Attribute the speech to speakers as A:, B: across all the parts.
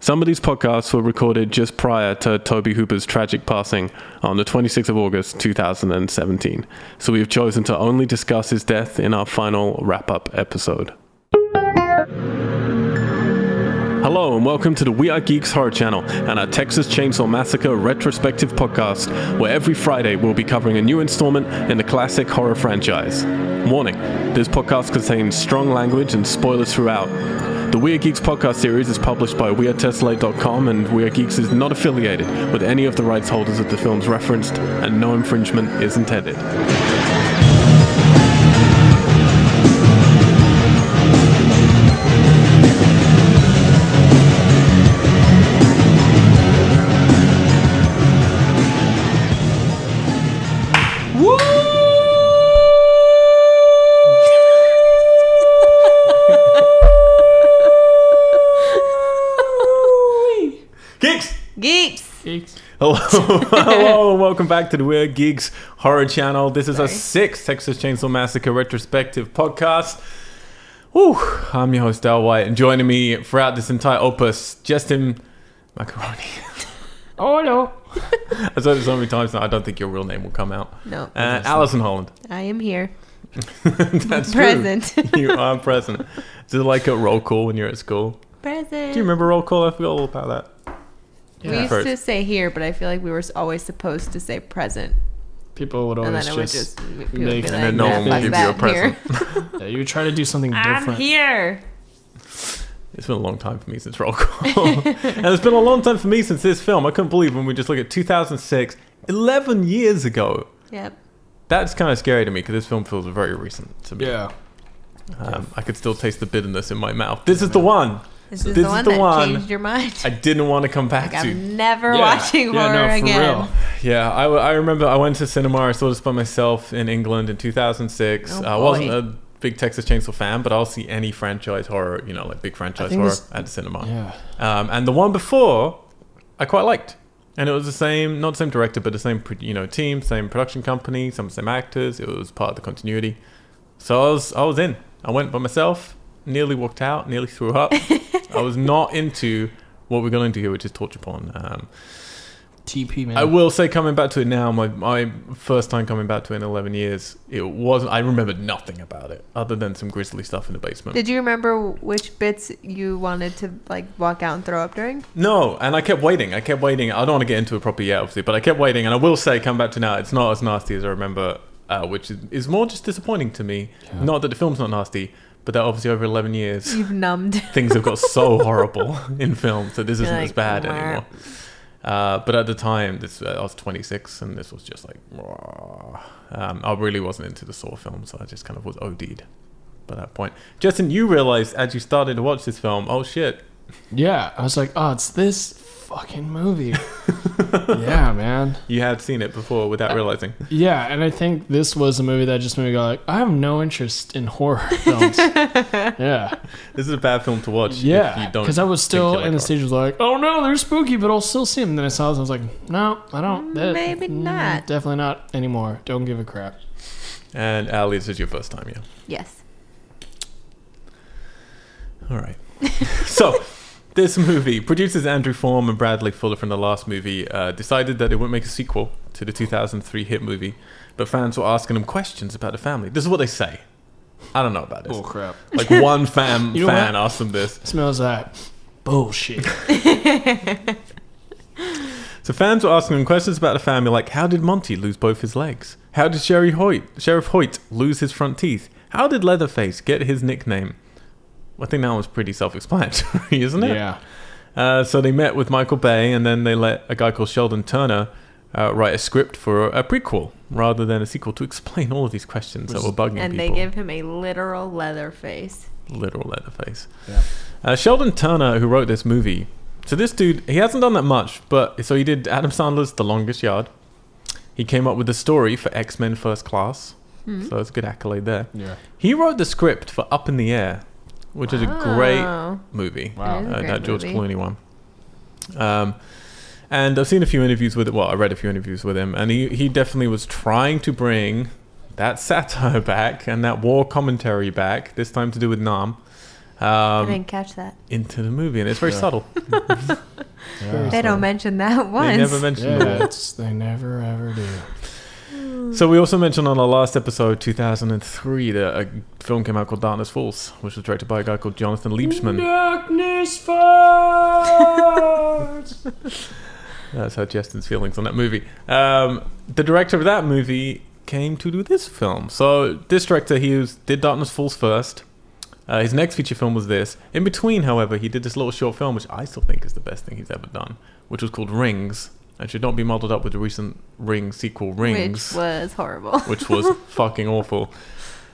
A: Some of these podcasts were recorded just prior to Toby Hooper's tragic passing on the 26th of August 2017, so we have chosen to only discuss his death in our final wrap up episode. Hello and welcome to the We Are Geeks Horror Channel and our Texas Chainsaw Massacre retrospective podcast, where every Friday we'll be covering a new installment in the classic horror franchise. Warning this podcast contains strong language and spoilers throughout. The We Are Geeks podcast series is published by WeAreTessellate.com, and We Are Geeks is not affiliated with any of the rights holders of the films referenced, and no infringement is intended. Geeks!
B: Geeks.
A: Hello, hello, and welcome back to the Weird Geeks Horror Channel. This is our sixth Texas Chainsaw Massacre retrospective podcast. Whew, I'm your host Al White, and joining me throughout this entire opus, Justin Macaroni.
C: Oh no.
A: I've said it so many times now. I don't think your real name will come out.
B: No,
A: Uh, Alison Holland.
B: I am here.
A: That's true.
B: Present.
A: you are present. Is it like a roll call when you're at school?
B: Present.
A: Do you remember roll call? I forgot all about that.
B: we
A: Yeah.
B: used to say here, but I feel like we were always supposed to say present,
C: People
A: Oh,
C: would
B: and
C: always
B: then I would
C: just.
B: just people would be
C: make-
B: like,
C: And then
A: no
B: "Nah,
A: one would
B: fuck
A: give you
B: that,
A: a present."
B: here."
C: yeah, you try to do something
B: I'm
C: different.
B: here.
A: It's been a long time for me since roll call. and it's been a long time for me since this film. I couldn't believe when we just look at 2006, 11 years ago.
B: Yep.
A: That's kind of scary to me because this film feels very recent to me.
C: Yeah.
A: Um, I could still taste the bitterness in my mouth. This is the one
B: This
A: So
B: is
A: this
B: the
A: is
B: one
A: the
B: that
A: one
B: changed your mind.
A: I didn't want to come back
B: Like,
A: to.
B: I'm never
C: Yeah.
B: watching
C: Yeah,
B: horror
C: no, for
B: again.
C: real.
A: Yeah, I, I remember I went to cinema. I saw this by myself in England in 2006.
B: Oh,
A: I
B: boy.
A: wasn't a big Texas Chainsaw fan, but I'll see any franchise horror, you know, like big franchise
C: think
A: horror
C: this-
A: at the cinema.
C: Yeah.
A: Um, and the one before, I quite liked, and it was the same, not the same director, but the same pro- you know team, same production company, some same actors. It was part of the continuity, so I was I was in. I went by myself, nearly walked out, nearly threw up. I was not into what we're going to do here, which is torture porn. Um,
C: TP man.
A: I will say, coming back to it now, my my first time coming back to it in eleven years, it was I remembered nothing about it other than some grisly stuff in the basement.
B: Did you remember which bits you wanted to like walk out and throw up during?
A: No, and I kept waiting. I kept waiting. I don't want to get into it properly yet, obviously, but I kept waiting. And I will say, come back to now, it's not as nasty as I remember, uh, which is, is more just disappointing to me. Not that the film's not nasty, but that obviously over 11 years,
B: You've numbed.
A: things have got so horrible in films that this
B: You're
A: isn't
B: like,
A: as bad
B: "Wah."
A: anymore. Uh, but at the time, this uh, I was 26, and this was just like, "Wah." um, I really wasn't into the Saw film, so I just kind of was OD'd by that point. Justin, you realized as you started to watch this film, oh shit,
C: yeah. I was like, oh, it's this fucking movie. yeah, man.
A: you had seen it before
B: Uh,
A: without realizing.
C: Yeah, and I think this was a movie that just made me go like, I have no interest in horror films. yeah.
A: This is a bad film to watch.
C: Yeah. Because I was still in
A: the
C: the stage was like, oh no, they're spooky, but I'll still see them. And then I saw this, I was like, no, I don't. that-
B: Maybe
C: mm,
B: not.
C: Definitely not anymore. Don't give a crap.
A: And Ali, this is your first time, yeah.
B: yes.
A: All right. so, this movie producers Andrew Form and Bradley Fuller from the last movie uh, decided that they would make a sequel to the 2003 hit movie, but fans were asking them questions about the family. This is what they say. I don't know about this.
C: crap.
A: Like one fan
C: You know
A: fan asked them this.
C: Smells like bullshit.
A: So fans were asking him questions about the family, like how did Monty lose both his legs? How did Sherry Hoyt, Sheriff Hoyt lose his front teeth? How did Leatherface get his nickname? I think that was pretty self-explanatory, isn't it?
C: yeah.
A: Uh, so they met with Michael Bay, and then they let a guy called Sheldon Turner uh, write a script for a, prequel rather than a sequel to explain all of these questions that
C: Which
A: were
C: is-
A: bugging
B: And
A: people.
B: they give him a literal leather face.
A: literal Leatherface.
C: Yeah.
A: Uh, Sheldon Turner, who wrote this movie, so this dude, he hasn't done that much, but so he did Adam Sandler's The Longest Yard. He came up with the story for X Men First Class,
B: Hmm.
A: so that's a good accolade there.
C: Yeah.
A: He wrote the script for Up in the Air, which is a great
B: Wow.
A: movie.
C: Wow.
B: It is Ah. a
A: Uh,
B: great
A: that George
B: movie.
A: Clooney one. Um, and I've seen a few interviews with well, I read a few interviews with him, and he, he definitely was trying to bring that satire back and that war commentary back. This time to do with Nam,
B: I
A: um,
B: didn't catch that.
A: into the movie, and it's very
C: Yeah.
A: subtle.
C: Yeah.
B: They don't mention that once.
A: They never mentioned
C: Yeah,
A: that.
C: it's, they never ever do.
A: So we also mentioned on our last episode, 2003, that a film came out called Darkness Falls, which was directed by a guy called Jonathan Liebsman.
C: Darkness falls.
A: That's how Justin's feelings on that movie. Um, the director of that movie came to do this film. So this director, he was, did Darkness Falls first. Uh, his next feature film was this. In between, however, he did this little short film, which I still think is the best thing he's ever done, which was called Rings, and should not be modeled up with the recent Ring sequel, Rings.
B: Which was horrible.
A: which was fucking awful.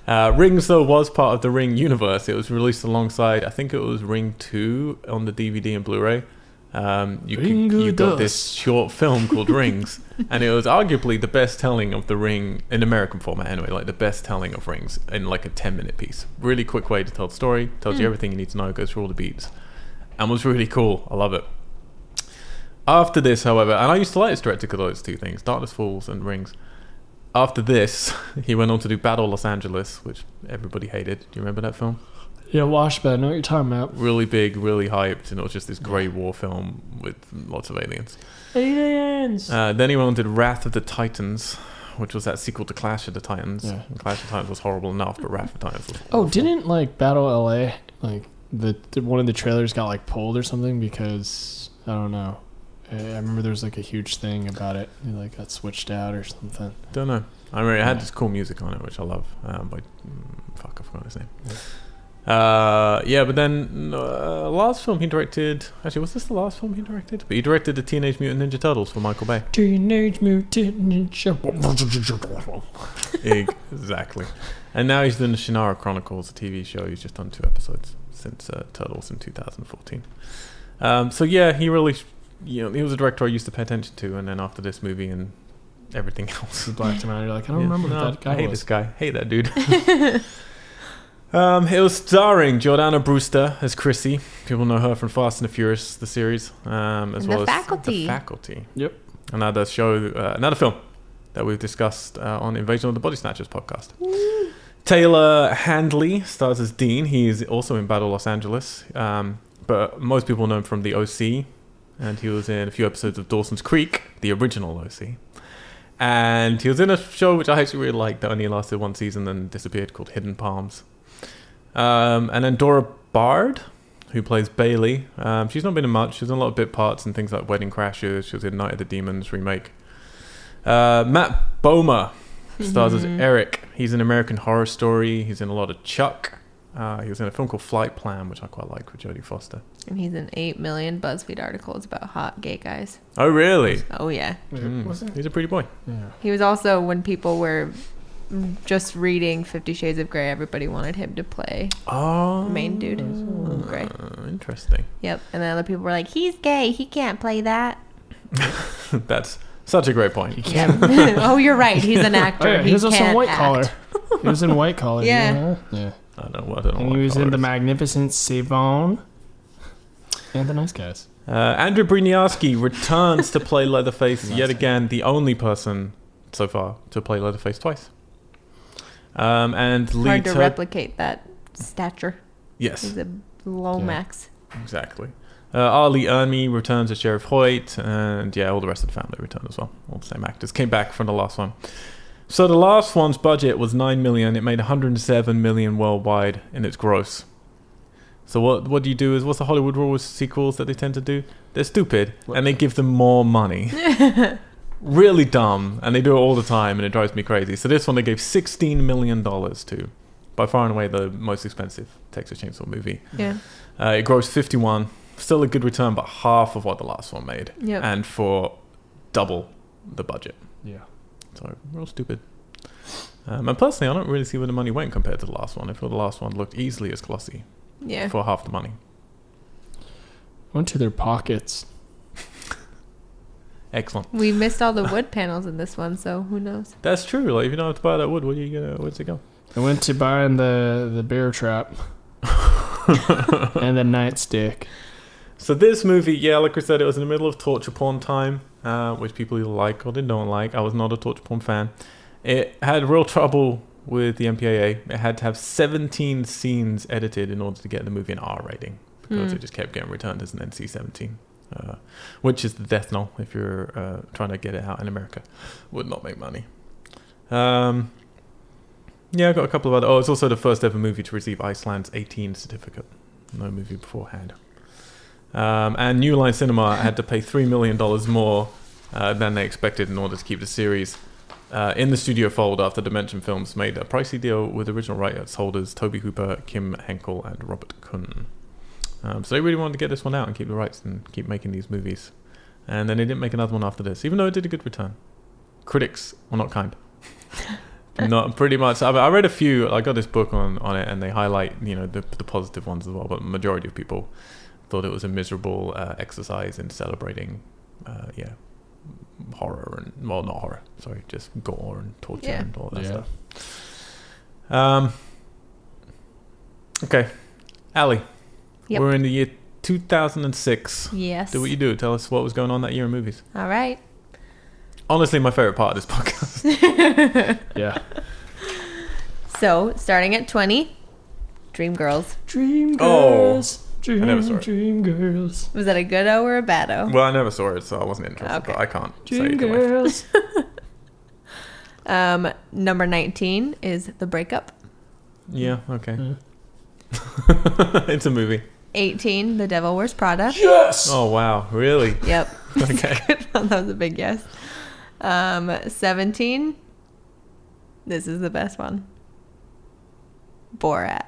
A: Uh, Rings though was part of the Ring universe. It was released alongside, I think it was Ring Two on the DVD and Blu-ray. Um, you could,
C: Ringu
A: you got this
C: dust.
A: short film called Rings, and it was arguably the best telling of the Ring in American format, anyway. Like the best telling of Rings in like a ten-minute piece. Really quick way to tell the story. Tells you everything you need to know. Goes through all the beats, and was really cool. I love it. After this, however, and I used to like this director because of those two things, Darkness Falls and Rings. After this, he went on to do Battle Los Angeles, which everybody hated. Do you remember that film?
C: Yeah, washbed. I know what you're talking about.
A: Really big, really hyped, and it was just this grey war film with lots of aliens.
C: Aliens.
A: Uh, then he went on to Wrath of the Titans, which was that sequel to Clash of the Titans.
C: Yeah.
A: And Clash of the Titans was horrible enough, but Wrath of the Titans was.
C: oh,
A: awful.
C: didn't like Battle LA like the, the one of the trailers got like pulled or something because I don't know. I I remember there was like a huge thing about it. It like got switched out or something.
A: Don't know. I mean, it had
C: Yeah.
A: this cool music on it, which I love. Um, but mm, fuck, I forgot his name.
C: Yeah.
A: Yeah. Uh, yeah, but then uh, last film he directed. Actually, was this the last film he directed? But he directed the Teenage Mutant Ninja Turtles for Michael Bay.
C: Teenage Mutant Ninja.
A: exactly. And now he's doing the Shannara Chronicles, a TV show. He's just done two episodes since uh, Turtles in 2014. Um, so yeah, he really, sh- you know, he was a director I used to pay attention to, and then after this movie and everything else,
C: You blacked him out. You're like, I don't
A: Yeah.
C: remember
A: No,
C: what that
A: I
C: guy
A: hate
C: was.
A: this guy. Hate that dude. um, it was starring Jordana Brewster as Chrissy. People know her from Fast and the Furious, the series, um, as
B: And The
A: well as
B: Faculty.
A: the Faculty.
C: Yep.
A: Another show, uh, another film that we've discussed uh, on Invasion of the Body Snatchers podcast. Taylor Handley stars as Dean. He is also in Battle Los Angeles, um, but most people know him from The OC, and he was in a few episodes of Dawson's Creek, the original OC. And he was in a show which I actually really liked that only lasted one season and disappeared called Hidden Palms. Um, and then Dora Bard, who plays Bailey, um, she's not been in much. She's in a lot of bit parts and things like Wedding Crashers. She was in Night of the Demons remake. Uh, Matt Bomer stars as
C: Mm-hmm.
A: Eric. He's in American Horror Story. He's in a lot of Chuck. Uh, he was in a film called Flight Plan, which I quite like with Jodie Foster.
B: and he's in 8 million BuzzFeed articles about hot gay guys.
A: Oh, really?
B: Oh, yeah.
A: Mm.
C: Was it?
A: He's a pretty boy.
C: Yeah.
B: He was also, when people were just reading Fifty Shades of Grey, everybody wanted him to play
A: Oh,
B: main dude. Grey.
A: Uh, interesting.
B: Yep. And then other people were like, he's gay. He can't play that.
A: That's such a great point.
B: oh, you're right. He's an actor.
C: Oh, yeah,
B: he
C: he was also in
B: can't
C: White
B: act.
C: Collar. He was in White Collar.
B: Yeah.
C: Yeah.
A: I don't know. what- I don't know.
C: And
A: what
C: he was in
A: colour
C: The
A: it is.
C: Magnificent Savon. And The Nice Guys.
A: Uh, Andrew Bruniarski returns to play Leatherface
C: Nice.
A: yet again, the only person so far to play Leatherface twice. Um, and Lee
B: Hard to
A: Tur-
B: replicate that stature.
A: yes,
B: He's a Lomax.
A: exactly. Uh, Ali Ermi returns as Sheriff Hoyt, and yeah, all the rest of the family return as well. All the same actors came back from the last one. So the last one's budget was nine million. It made 107 million worldwide in its gross. So what what do you do? Is what's the Hollywood rule with sequels that they tend to do? They're stupid and they give them more money. really dumb, and they do it all the time, and it drives me crazy. So this one they gave 16 million dollars to, by far and away the most expensive Texas Chainsaw movie.
B: Yeah.
A: Uh, it grossed 51, still a good return, but half of what the last one made,
B: Yep.
A: and for double the budget.
C: Yeah.
A: So real stupid. Um, and personally, I don't really see where the money went compared to the last one. I feel the last one looked easily as glossy
B: yeah.
A: for half the money.
C: Went to their pockets.
A: Excellent.
B: We missed all the wood panels in this one, so who knows?
A: That's true. Like if you don't have to buy that wood, what are you gonna? Where's it go?
C: I went to buying the, the bear trap. and the nightstick.
A: So this movie, yeah, like we said, it was in the middle of torture porn time, uh, which people either like or they don't like. I was not a torture porn fan. It had real trouble with the MPAA, it had to have 17 scenes edited in order to get the movie an R rating because
B: Hmm.
A: it just kept getting returned as an NC-17, uh, which is the death knell if you're uh, trying to get it out in America. Would not make money. Um, yeah, I got a couple of other. Oh, it's also the first ever movie to receive Iceland's 18 certificate. No movie beforehand. Um, and New Line Cinema had to pay three million dollars more uh, than they expected in order to keep the series uh, in the studio fold after Dimension Films made a pricey deal with original rights holders Toby Hooper, Kim Henkel, and Robert Kuhn. Um, so they really wanted to get this one out and keep the rights and keep making these movies. And then they didn't make another one after this, even though it did a good return. Critics were not kind. not pretty much. I, I read a few. I got this book on, on it, and they highlight you know the, the positive ones as well. But majority of people thought it was a miserable uh, exercise in celebrating, uh, yeah, horror and well, not horror. Sorry, just gore and torture
B: Yeah.
A: and all that
C: Yeah.
A: stuff. Um. Okay, Ali.
B: Yep.
A: We're in the year 2006.
B: Yes.
A: Do what you do. Tell us what was going on that year in movies.
B: All right.
A: Honestly, my favorite part of this podcast.
C: Yeah.
B: So, starting at 20, Dream Girls.
C: Dream
A: Oh.
C: girls. Dream,
A: I never saw it.
C: dream girls.
B: Was that a good O or a bad O?
A: well, I never saw it, so I wasn't interested.
B: Oh. Okay.
A: But I can't say
C: Dream
A: either way.
C: girls.
B: Um, number 19 is The Breakup.
A: Yeah. Okay.
C: Yeah. Mm-hmm.
A: it's a movie.
B: 18, The Devil Wears Prada.
C: yes.
A: Oh wow! Really?
B: Yep.
A: Okay.
B: that was a big yes. Um, 17, this is the best one Borat.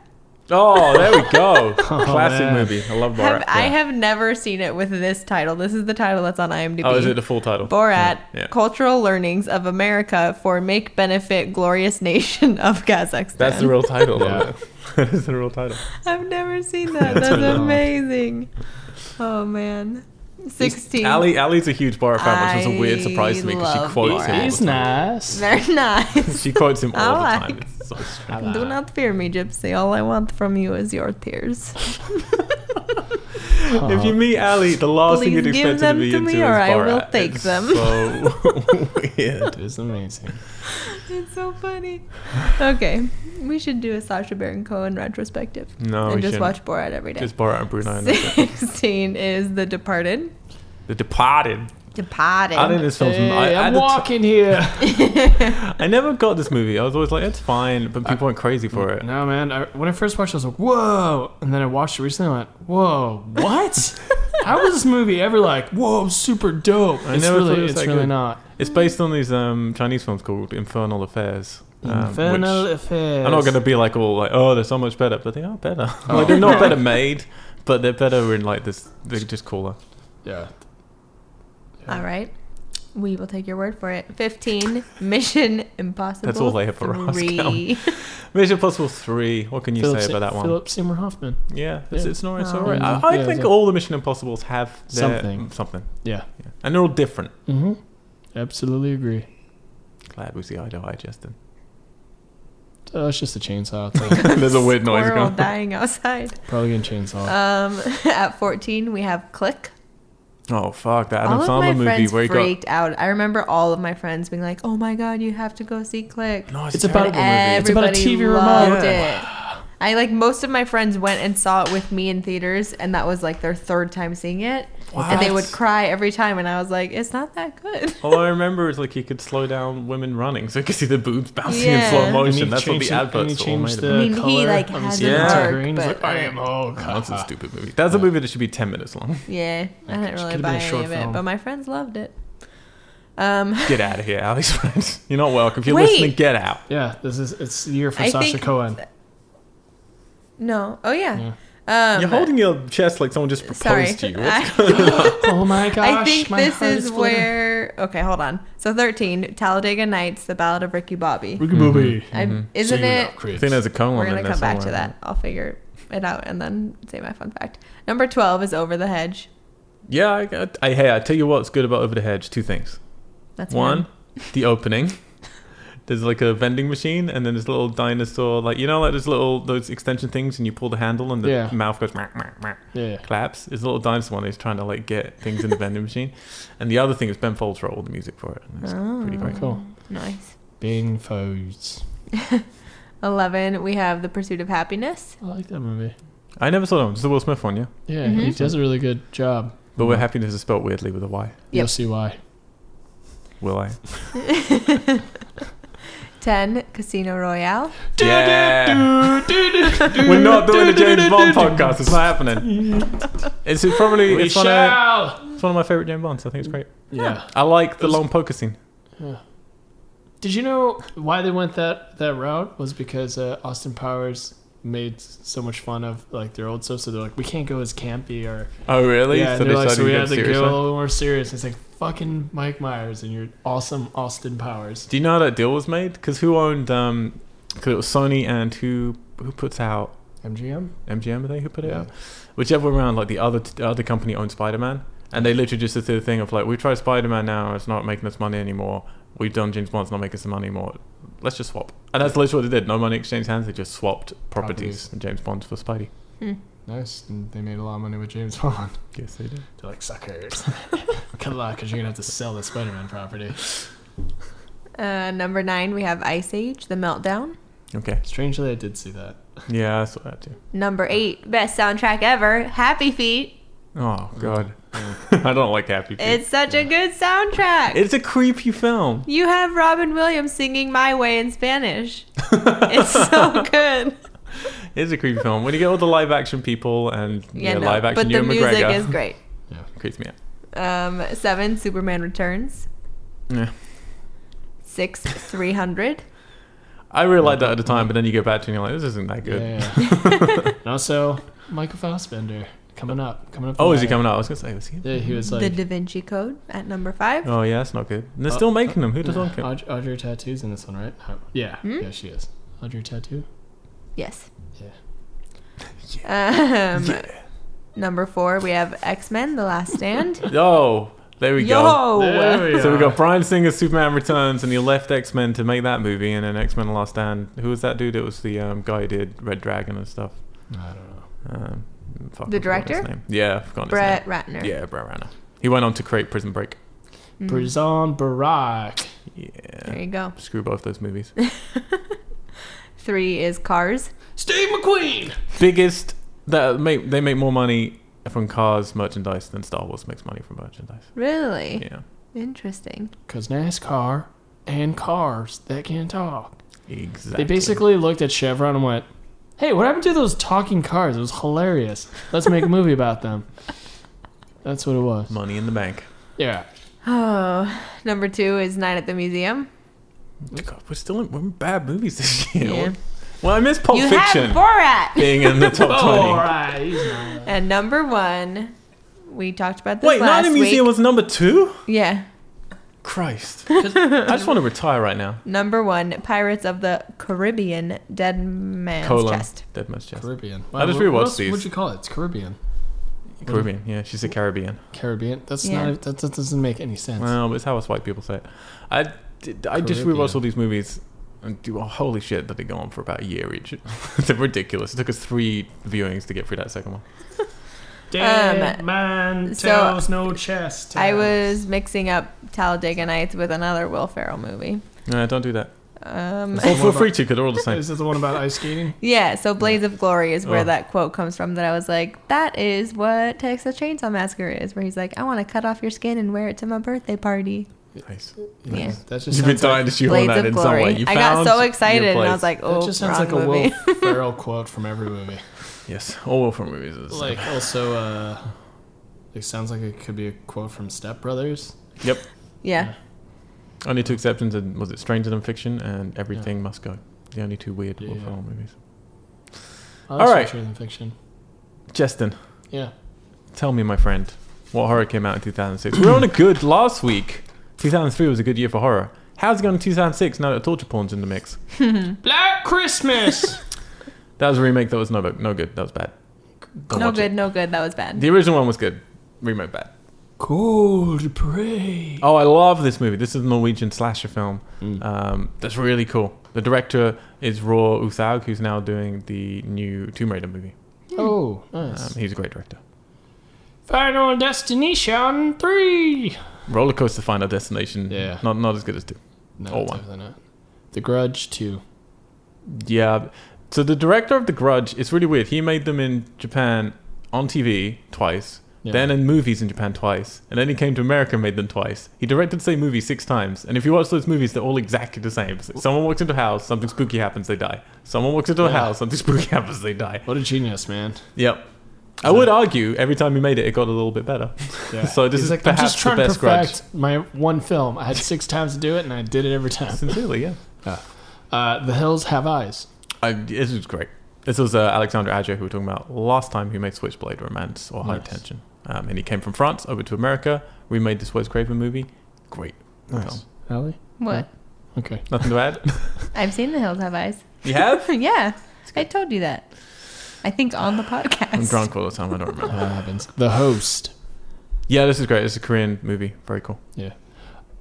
A: Oh, there we go. Classic
C: Oh, man.
A: movie. I love Borat.
B: Have, I
A: Yeah.
B: have never seen it with this title. This is the title that's on IMDb.
A: Oh, is it the full title?
B: Borat,
A: Yeah.
B: Cultural Learnings of America for Make Benefit Glorious Nation of Kazakhstan.
A: That's the real title.
C: Yeah.
A: of it. that is the real title.
B: I've never seen that.
C: That's
B: That's
C: pretty long.
B: amazing. Oh man, sixteen.
A: Ali, Ali's a huge Borat fan, which was a weird surprise to me because
B: love
A: she quotes him. all
C: He's
A: the time.
C: nice.
B: Very nice.
A: She quotes him all the
B: I
A: time.
B: like.
A: It's so strange.
C: I
B: Do
C: like.
B: not fear me, Gypsy. All I want from you is your tears.
A: If you meet Ali, the last thing you'd
B: Please give
A: expect her to
B: them
A: be
B: to
A: into
B: me
A: is
B: or I will
A: Borat.
B: take
A: It's
B: them.
A: So weird.
C: It is amazing.
B: It's so funny. Okay, we should do a Sasha Baron Cohen retrospective
A: No,
B: and
A: we
B: just
A: shouldn't.
B: watch Borat every day.
A: Just Borat and Bruno. And that's it.
B: Sixteen is The Departed.
A: the Departed.
B: Departed.
A: I think this film's.
C: Hey,
A: I,
C: I,
A: at
C: am
A: the t-
C: walking here.
A: I never got this movie. I was always like, it's fine, but
B: Uh,
A: people went crazy for it.
C: No, man. I, when I first watched it, I was like, whoa. And then I watched it recently and I went, whoa, what? How was this movie ever like, whoa, super dope?
A: I
C: it's
A: never thought
C: really,
A: it was
C: it's
A: that
C: really
A: good.
C: not.
A: It's based on these um, Chinese films called Infernal Affairs. um,
C: Infernal
A: which
C: Affairs.
A: I'm not going to be like all like, oh, they're so much better, but they are better.
C: Oh.
A: like they're not better made, but they're better in like this. They're just cooler.
C: Yeah.
B: All right. We will take your word for it. 15, Mission Impossible.
A: That's all I have for Ross
B: three.
A: Mission Impossible Three. What can you
C: Philip,
A: say about that one?
C: Philip Seymour Hoffman.
A: Yeah, it's,
C: Yeah.
A: it's not. It's
B: Oh.
A: all right. I,
C: Yeah,
A: I
C: yeah,
A: think
C: so-
A: all the Mission Impossibles have their,
C: Something.
A: something,
C: Yeah.
A: yeah. and they're all different.
C: Mm-hmm. Absolutely agree.
A: Glad we see eye to eye, Justin.
C: Oh, it's just a chainsaw. It's like,
A: There's a weird noise
B: Squirrel
A: going. on.
B: dying outside.
C: probably getting chainsaw.
B: Um, at 14, we have Click.
A: Oh fuck! That Adam
B: All of my
A: Sandler movie
B: friends
A: where he got
B: freaked out. I remember all of my friends being like, oh my god, you have to go see Click.
A: no,
C: It's
A: a
C: about-
A: terrible
B: And
C: It's about a
B: everybody
C: TV remote.
B: loved
A: Yeah.
B: it. I like most of my friends went and saw it with me in theaters, and that was like their third time seeing it. And they
A: What?
B: would cry every time, and I was like, it's not that good.
A: All I remember is like he could slow down women running, so you could see the boobs bouncing in
B: Yeah.
A: slow
B: And
A: motion.
C: And he
A: Oh, That's what
C: changed
A: the
C: it- and
A: adverts
C: he
A: were all made
C: changed
A: about.
B: I mean, he,
C: color
B: like,
C: on the
B: has
C: screen
A: an
C: to
A: arc,
C: green. He's
B: but,
C: like, I am
B: like-
C: Hulk.
A: Oh, that's a stupid movie. That's a
C: Yeah.
A: movie that should be ten minutes long.
B: Yeah, I
C: Like,
B: didn't
C: it
B: really
C: could've been
B: buy
C: a
B: any
C: short
B: of it,
C: film.
B: but my friends loved it. Um,
A: Get out of here, Ali's friends. You're not welcome. If you're
B: Wait.
A: listening, get out.
C: Yeah, this is it's the year for
B: I
C: Sasha
B: think-
C: Cohen.
B: no, oh yeah. Um,
A: you're holding your chest like someone just proposed
B: Sorry,
A: to you. What's-
B: I,
C: Oh my gosh!
B: I think
C: my
B: this
C: heart
B: is
C: fluttering.
B: where. Okay, hold on. So thirteen, Talladega Nights, The Ballad of Ricky Bobby.
C: Ricky Mm-hmm. Bobby.
B: I, isn't it?
A: I think there's a cone
B: We're
A: in
B: gonna
A: there
B: come back to
A: somewhere.
B: that. I'll figure it out and then say my fun fact. Number twelve is Over the Hedge.
A: Yeah, I, I, I- hey, I tell you what's good about Over the Hedge. Two things.
B: That's
A: One, the opening. There's like a vending machine, and then there's a little dinosaur, like you know, like those little those extension things, and you pull the handle, and the
C: Yeah.
A: mouth goes. "Mwah, mwah, mwah."
C: Yeah.
A: claps. It's a little dinosaur one. He's trying to like get things in the vending machine, and the other thing is Ben
C: Oh.
A: Folds wrote all the music for it. And it's pretty
B: Oh.
A: great.
C: Cool.
B: Nice.
C: Bing Foes.
B: Eleven, we have The Pursuit of Happiness.
C: I like that movie.
A: I never saw that one. It's the Will Smith one, yeah.
C: Yeah,
B: Mhm.
C: he does a really good job.
A: But where happiness is spelled weirdly with a Y.
C: You'll
B: Yep.
C: see why.
A: Will I?
B: Ten, Casino Royale.
A: Yeah. We're not doing a James Bond podcast. It's not happening. It's it's probably
C: We
A: it's one, of,
C: shall.
A: it's one of my favorite James Bonds. I think it's great.
C: Yeah.
A: I like the long poker scene.
C: Did you know why they went that that route was because uh, Austin Powers made so much fun of like their old stuff, so they're like, we can't go as campy or
A: Oh really?
C: yeah, and they're like, so we have to go a little more serious. It's like fucking Mike Myers and your awesome Austin Powers.
A: Do you know how that deal was made? Because who owned? um 'cause it was Sony and who who puts out
C: MGM.
A: MGM? I think who put it
C: Yeah.
A: out. Whichever way around, like the other the other company owned Spider Man, and they literally just did the thing of like, we tried Spider Man now, it's not making us money anymore. We've done James Bond's not making us money anymore. Let's just swap. And that's literally what they did. No money exchanged hands. They just swapped properties.
C: Properties.
A: And James Bond for Spidey.
C: Nice, and they made a lot of money with James Bond.
A: Yes, they did.
C: They're like suckers. Good luck, because you're gonna have to sell the Spider-Man property.
B: Uh, number nine, we have Ice Age, The Meltdown.
A: Okay.
C: Strangely, I did see that.
A: Yeah, I saw that too.
B: Number eight, best soundtrack ever, Happy Feet.
A: Oh God, I don't like Happy Feet.
B: It's such a good soundtrack.
A: It's a creepy film.
B: you have Robin Williams singing My Way in Spanish. it's so good.
A: It's a creepy film. When you get all the live action people and yeah,
B: no,
A: live action
B: but the
A: Ewan
B: music
A: McGregor,
B: is great.
A: it creeps me out.
B: Um, seven, Superman Returns.
A: Yeah.
B: Six, 300.
A: I really liked that at the time, but then you go back to it and you're like, this isn't that good.
C: Yeah. yeah. and also, Michael Fassbender coming up, coming up. the
A: Oh, is he
C: ladder.
A: coming out? I was gonna say, was he?
C: Yeah, he was
B: the
C: like
B: Da Vinci Code at number five.
A: Oh yeah, that's not good. And they're
C: Uh,
A: still making them. Who does
C: Yeah,
A: one care?
C: Aud- Audrey tattoos in this one, right? Oh, Yeah,
B: Hmm?
C: yeah, she is. Audrey tattoo.
B: Yes.
C: Yeah.
B: Um, Number four, we have X Men: The Last Stand.
A: Oh, there we go.
B: Yo,
C: There
A: So we
C: are.
A: got Brian Singer's Superman Returns, and he left X Men to make that movie, and then X Men: The Last Stand. Who was that dude? It was the um, guy who did Red Dragon and stuff.
C: I don't know.
A: Um, fuck,
B: The
A: I've forgotten his
B: director?
A: name. Yeah, I've forgotten
B: Brett
A: his
B: Ratner.
A: name. Yeah, Brett Ratner. He went on to create Prison Break.
B: Mhm.
C: Brazon Barack.
B: There
A: Yeah.
B: you go.
A: Screw both those movies.
B: Three is Cars.
C: Steve McQueen.
A: Biggest that make they make more money from Cars merchandise than Star Wars makes money from merchandise.
B: Really
A: Yeah.
B: interesting.
C: Cause NASCAR and cars that can talk.
A: Exactly.
C: They basically looked at Chevron and went, "Hey, what happened to those talking cars? It was hilarious. Let's make a movie about them." That's what it was.
A: money in the bank.
C: Yeah.
B: Oh, number two is Night at the Museum.
A: God, we're still in, we're in bad movies this year.
B: Yeah.
A: Well, I miss Pulp
B: you
A: Fiction
B: have Borat.
A: being in the top
C: Oh, All
A: twenty.
C: right. he's not-
B: and number one, we talked about this
A: Wait,
B: last
A: Night in the Museum
B: week.
A: was number two.
B: yeah,
A: Christ, I just want to retire right now.
B: number one, Pirates of the Caribbean: Dead Man's
A: Colon.
B: Chest.
A: Dead Man's Chest.
C: Caribbean.
A: I just
C: what-
A: rewatched
C: what else
A: these.
C: What'd you call it? It's Caribbean.
A: Caribbean. Yeah, she's a Caribbean.
C: Caribbean. That's
B: Yeah.
C: not. That, that doesn't make any sense.
A: Well, but it's how us white people say it. I, did, I just
C: Caribbean.
A: rewatched all these movies and do oh, holy shit that they go on for about a year each. They're ridiculous. It took us three viewings to get through that second one.
B: Dead
C: man
B: Um, so tells
C: no chest.
B: I was mixing up Talladega Nights with another Will Ferrell movie.
A: No, don't do that.
B: Um,
A: Or feel
C: What
A: free to, 'cause they're all the same.
C: Is this the one about ice skating?
B: yeah, so Blades of Glory is where
A: Oh.
B: that quote comes from that I was like, that is what Texas Chainsaw Massacre is, where he's like, I want to cut off your skin and wear it to my birthday party.
A: Nice.
B: Yeah.
C: That just
A: You've been
C: sounds
A: dying
C: like,
A: to shoehorn
B: Blades
A: that in
B: of
A: some way.
B: Glory.
A: You
B: I got
A: found
B: so
A: your
B: excited and I
A: place.
B: was like,
C: that
B: oh,
C: just sounds
B: wrong
C: like a
B: movie.
C: Will Ferrell quote from every movie.
A: yes, all Will Ferrell movies are the same.
C: Like also, uh, it sounds like it could be a quote from Step Brothers.
A: Yep.
B: yeah.
A: Only two exceptions, and was it Stranger Than Fiction and Everything Must Go? The only two weird Will
C: Yeah.
A: Ferrell movies.
C: I like
A: All right.
C: Stranger Than fiction.
A: Justin,
C: Yeah.
A: tell me, my friend, what horror came out in 2006? we were on a good last week. 2003 was a good year for horror. How's it going in 2006 now that torture porn's in the mix?
C: Black Christmas.
A: That was a remake that was no, no good. That was bad. Don't
B: No
A: watch it.
B: good, no good. That was bad.
A: The original one was good. Remake bad.
C: Cold prey.
A: Oh, I love this movie. This is a Norwegian slasher film. Um, that's really cool. The director is Raw Uthaug, who's now doing the new Tomb Raider movie.
C: Oh,
A: Um,
C: nice.
A: he's a great director.
C: Final Destination three.
A: Roller coaster Final Destination.
C: Yeah.
A: Not not as good as two.
C: No,
A: Or Oh, one.
C: definitely not. The Grudge two.
A: Yeah. So the director of The Grudge, it's really weird. He made them in Japan on TV twice,
C: Yeah.
A: then in movies in Japan twice, and then he came to America and made them twice. He directed the same movie six times, and if you watch those movies, they're all exactly the same. So someone walks into a house, something spooky happens, they die. Someone walks into a
C: Yeah.
A: house, something spooky happens, they die.
C: what a genius, man.
A: Yep. I would argue every time he made it, it got a little bit better.
C: Yeah.
A: So this
C: He's
A: is
C: like, I'm
A: perhaps
C: just
A: the
C: trying
A: best
C: to perfect my one film. I had six times to do it, and I did it every time.
A: Sincerely, yeah.
C: Uh, the Hills Have Eyes.
A: I, this is great. This was uh, Alexandra Aja who we were talking about last time, who made Switchblade Romance or High
C: Nice.
A: Tension. Um, and he came from France over to America. We made this Wes Craven movie. Great. Nice.
C: Allie?
B: What?
C: Okay.
A: Nothing to add?
B: I've seen The Hills Have Eyes.
A: You have?
B: yeah. I told you that. I think on the podcast.
A: I'm drunk all the time. I don't remember.
C: That happens. The Host.
A: Yeah, this is great. It's a Korean movie. Very cool.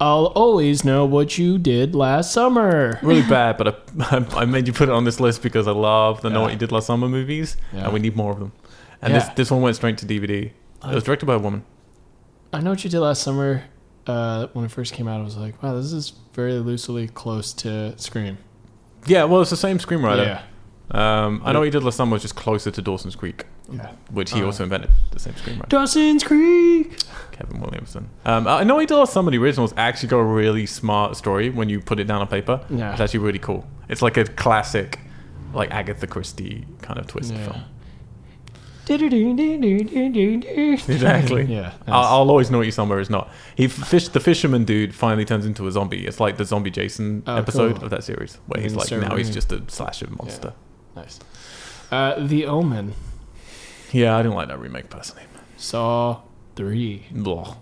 C: I'll always know what you did last summer.
A: Really bad, but I, I, I made you put it on this list because I love the Know What
C: Yeah.
A: You Did Last Summer movies,
C: Yeah.
A: and we need more of them. And this,
C: Yeah.
A: this one went straight to DVD. It was directed by a woman.
C: I know what you did last summer. Uh, when it first came out, I was like, wow, this is very loosely close to Scream.
A: Yeah, well, it's the same screenwriter.
C: Yeah.
A: Um, I know what you did last summer was just closer to Dawson's Creek,
C: yeah.
A: which he
C: Oh.
A: also invented. The same screenwriter,
C: Dawson's Creek.
A: Kevin Williamson. Um, I know what you did last summer. The original's actually got a really smart story when you put it down on paper.
C: Yeah.
A: It's actually really cool. It's like a classic, like Agatha Christie kind of twist
C: Yeah.
A: film. Exactly.
C: Exactly. Yeah.
A: I'll, I'll always know what your summer is not. He f- fish the fisherman dude finally turns into a zombie. It's like the zombie Jason
C: Oh,
A: episode
C: cool. Mm,
A: of that series where
C: And
A: he's
C: then
A: like
C: Sarah
A: now he's
C: Reed.
A: just a slasher monster.
C: nice. Uh, the Omen.
A: Yeah, I didn't like that remake personally.
C: Saw 3.
A: Blah.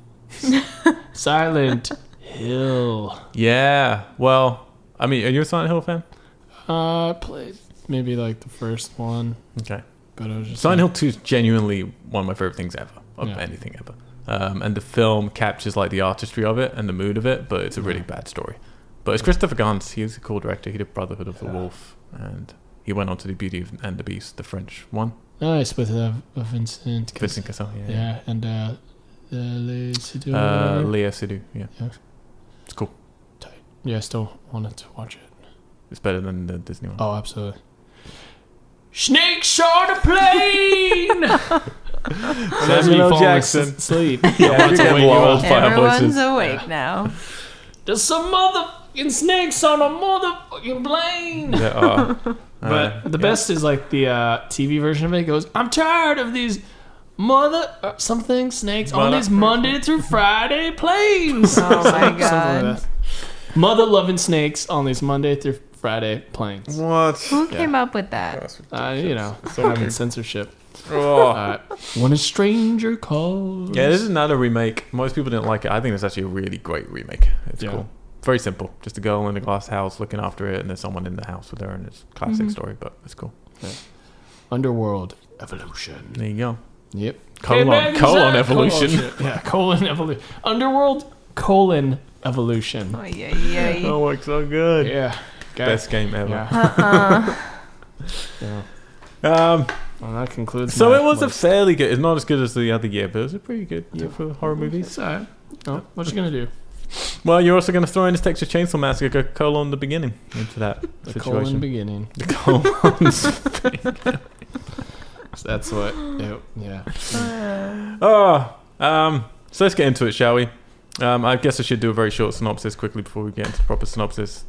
C: Silent Hill.
A: Yeah. Well, I mean, are you a Silent Hill fan?
C: Uh, played maybe like the first one,
A: Okay.
C: but I was just.
A: Silent
C: like,
A: Hill 2 is genuinely one of my favorite things ever, of
C: Yeah.
A: anything ever. Um, and the film captures like the artistry of it and the mood of it, but it's a really bad story. But it's Christopher Gans. He's a cool director. He did Brotherhood of the
C: Yeah.
A: Wolf, and he went on to do Beauty and the Beast, the French one.
C: Nice with uh, Vincent. Cassel.
A: Vincent Cassel. Yeah.
C: Yeah, and uh, uh, Les Sidou-
A: Uh, Leah Sidhu. Yeah.
C: Yeah.
A: It's cool.
C: yeah, I still wanted to watch it.
A: It's better than the Disney one.
C: Oh, absolutely. Snakes on a plane.
A: Samuel L. Jackson.
C: Sleep.
A: Yeah, you get
C: wake you
A: wild
C: up.
A: fire
B: Everyone's
A: voices.
B: awake now.
C: There's some motherfucking snakes on a motherfucking plane.
A: There are.
C: But
A: Uh,
C: the
A: yeah.
C: best is like the uh, TV version of it goes, I'm tired of these mother uh, something snakes on
A: Mother-
C: these Monday through Friday planes.
B: Oh my
C: Something like
B: god.
C: that. Mother loving snakes on these Monday through Friday planes.
A: What?
B: Who came up with that?
C: Uh, you know,
A: So
C: having censorship.
A: Oh.
C: Uh, when a stranger calls.
A: Yeah, this is another remake. Most people didn't like it. I think it's actually a really great remake. It's
C: Yeah.
A: cool. Very simple. Just a girl in a glass house looking after it, and there's someone in the house with her, and it's a classic story, but it's cool.
C: Underworld evolution.
A: There you go.
C: Yep.
A: Colon, colon evolution.
C: yeah, colon evolution. Underworld colon evolution.
B: Oh, yeah, yeah, yeah.
A: That works so good.
C: Yeah. Guys.
A: Best game ever.
C: Yeah.
B: Uh,
C: Yeah.
A: Um,
C: Well, that concludes.
A: so
C: my
A: it was a
C: list.
A: fairly good. It's not as good as the other year, but it was a pretty good year for horror movies.
C: It's alright. Oh, what you gonna do?
A: Well, you're also going to throw in this Texas Chainsaw Massacre colon the beginning into that
C: The colon
A: situation.
C: beginning.
A: the colons.
C: So that's what. It, yeah.
A: Oh, um, so let's get into it, shall we? Um, I guess I should do a very short synopsis quickly before we get into proper synopsis,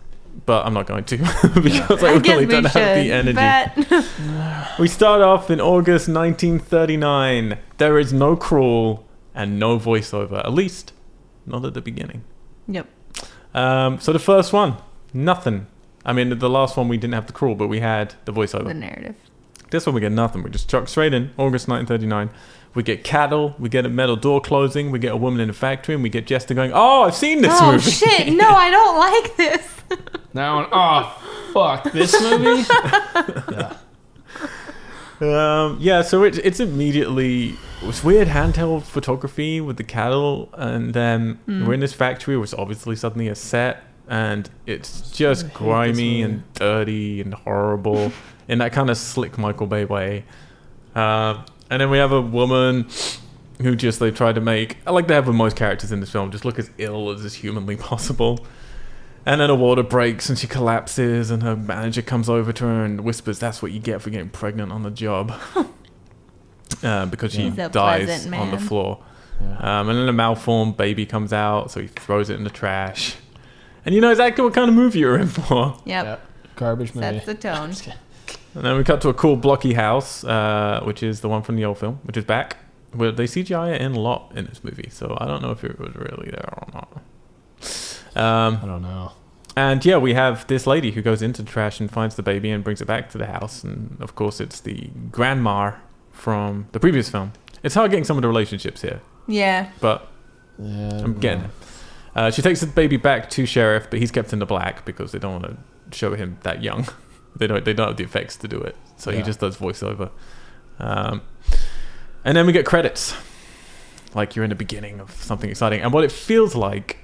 A: but I'm not going to because I,
B: I guess
A: really
B: we
A: don't
B: should.
A: have the energy.
B: But
A: We start off in August 1939. There is no crawl and no voiceover, at least not at the beginning.
B: Yep.
A: Um, so the first one, nothing. I mean, the last one we didn't have the crawl, but we had the voiceover.
B: the narrative.
A: This one we get nothing. We just chuck straight in. August 1939. We get cattle. We get a metal door closing. We get a woman in a factory, and we get Jester going, "Oh, I've seen this
B: oh
A: movie."
B: shit! No, I don't like this.
C: Now, on- oh fuck, this movie.
A: Um, yeah, so it, it's immediately it's weird handheld photography with the cattle, and then
C: Mm.
A: we're in this factory, which is obviously suddenly a set, and it's
C: I
A: just
C: hate this
A: grimy
C: movie.
A: and dirty and horrible in that kind of slick Michael Bay way. Um and then we have a woman who just they try to make I like they have with most characters in this film just look as ill as is humanly possible. And then a water breaks and she collapses, and her manager comes over to her and whispers, That's what you get for getting pregnant on the job. uh, because she
B: He's a
A: dies
B: pleasant
A: on the
B: man.
A: floor.
C: Yeah.
A: Um, and then a malformed baby comes out, so he throws it in the trash. And you know exactly what kind of movie you're in for.
B: Yep.
C: Yeah. Garbage movie.
B: Sets the tone.
A: And then we cut to a cool blocky house, uh, which is the one from the old film, which is back. Well, they CGI it in a lot in this movie, so I don't know if it was really there or not. Um,
C: I don't know.
A: and yeah, we have this lady who goes into the trash and finds the baby and brings it back to the house. And of course, it's the grandma from the previous film. It's hard getting some of the relationships here,
B: Yeah.
A: but
C: Yeah, I
A: I'm
C: don't
A: getting
C: know.
A: it. Uh, she takes the baby back to sheriff, but he's kept in the black because they don't want to show him that young. they don't. They don't have the effects to do it, so he
C: Yeah.
A: just does voiceover. Um, and then we get credits, like you're in the beginning of something exciting, and what it feels like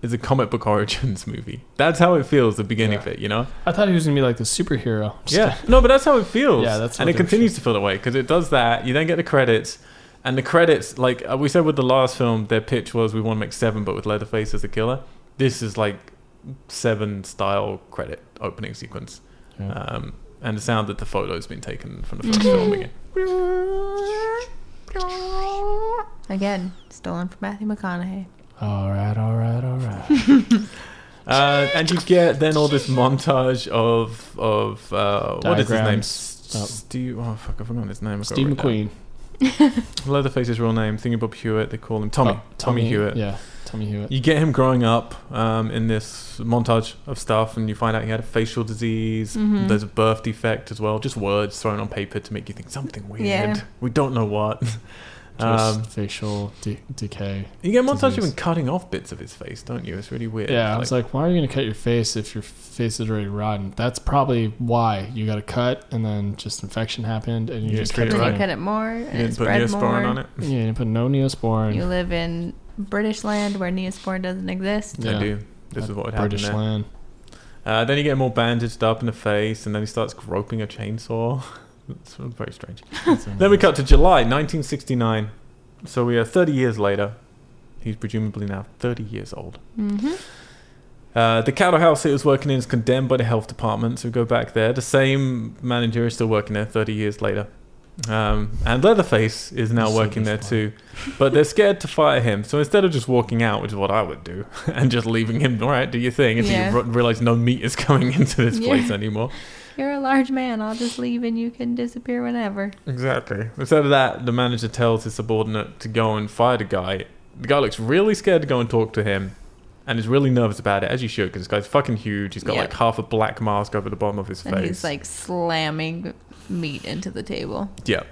A: is a comic book origins movie. That's how it feels. The beginning of
C: Yeah.
A: it, you know.
C: I thought he was gonna be like the superhero. Just
A: Yeah, no, but that's how it feels.
C: Yeah, that's
A: and
C: what
A: it
C: they were
A: continues to feel that way because it does that. You then get the credits, and the credits, like uh, we said with the last film, their pitch was we want to make seven, but with Leatherface as the killer. This is like seven style credit opening sequence,
C: Yeah.
A: um, and the sound that the photo's been taken from the first film again.
B: Again, stolen from Matthew McConaughey.
C: All right, all right, all right.
A: Uh, and you get then all this montage of of uh, what is his name?
C: Diagrams. Oh.
A: Steve. Oh fuck! I've forgotten his name. I've got
C: Steve
A: it written down.
C: McQueen.
A: Leatherface's real name, Thingamabob Hewitt, they call him Tommy.
C: Oh,
A: Tommy, Hewitt.
C: Yeah, Tommy Hewitt.
A: You get him growing up um, in this montage of stuff, and you find out he had a facial disease.
B: Mhm.
A: There's a birth defect as well. Just words thrown on paper to make you think something weird.
B: Yeah.
A: We don't know what.
C: Just
A: Um,
C: facial de- decay.
A: you get a montage of
C: disease.
A: him cutting off bits of his face, don't you? It's really weird.
C: Yeah, I was like, why are you gonna cut your face if your face is already rotten? That's probably why you got a cut, and then just infection happened, and you,
A: You
C: just
A: treat
C: kept
A: it right.
B: Then you
C: doing
B: cut it more
A: you
B: and it
A: didn't put
B: spread more.
A: Neosporin on it.
C: it. Yeah, you put no neosporin.
B: You live in British land where neosporin doesn't exist.
A: I
C: Yeah.
A: do. This is what would happen
C: British
A: there.
C: land.
A: Uh, then you get him all bandaged up in the face, and then he starts groping a chainsaw. it's very strange. Then we cut to July 1969. So we are 30 years later. He's presumably now 30 years old.
B: Mm-hmm.
A: Uh, the cattle house he was working in is condemned by the health department, so we go back there. The same manager is still working there 30 years later. Um, and Leatherface is now
C: That's so
A: working there too.
C: disappointing.
A: But they're scared to fire him. So instead of just walking out, which is what I would do, and just leaving him, all right, do your thing, until
B: Yeah.
A: you re- realize no meat is coming into this
B: Yeah.
A: place anymore.
B: You're a large man. I'll just leave and you can disappear whenever.
A: Exactly. Instead of that, the manager tells his subordinate to go and fire the guy. The guy looks really scared to go and talk to him and is really nervous about it, as you should, because this guy's fucking huge. He's got
B: Yeah.
A: like half a black mask over the bottom of his
B: And
A: face.
B: he's like slamming meat into the table.
A: Yeah.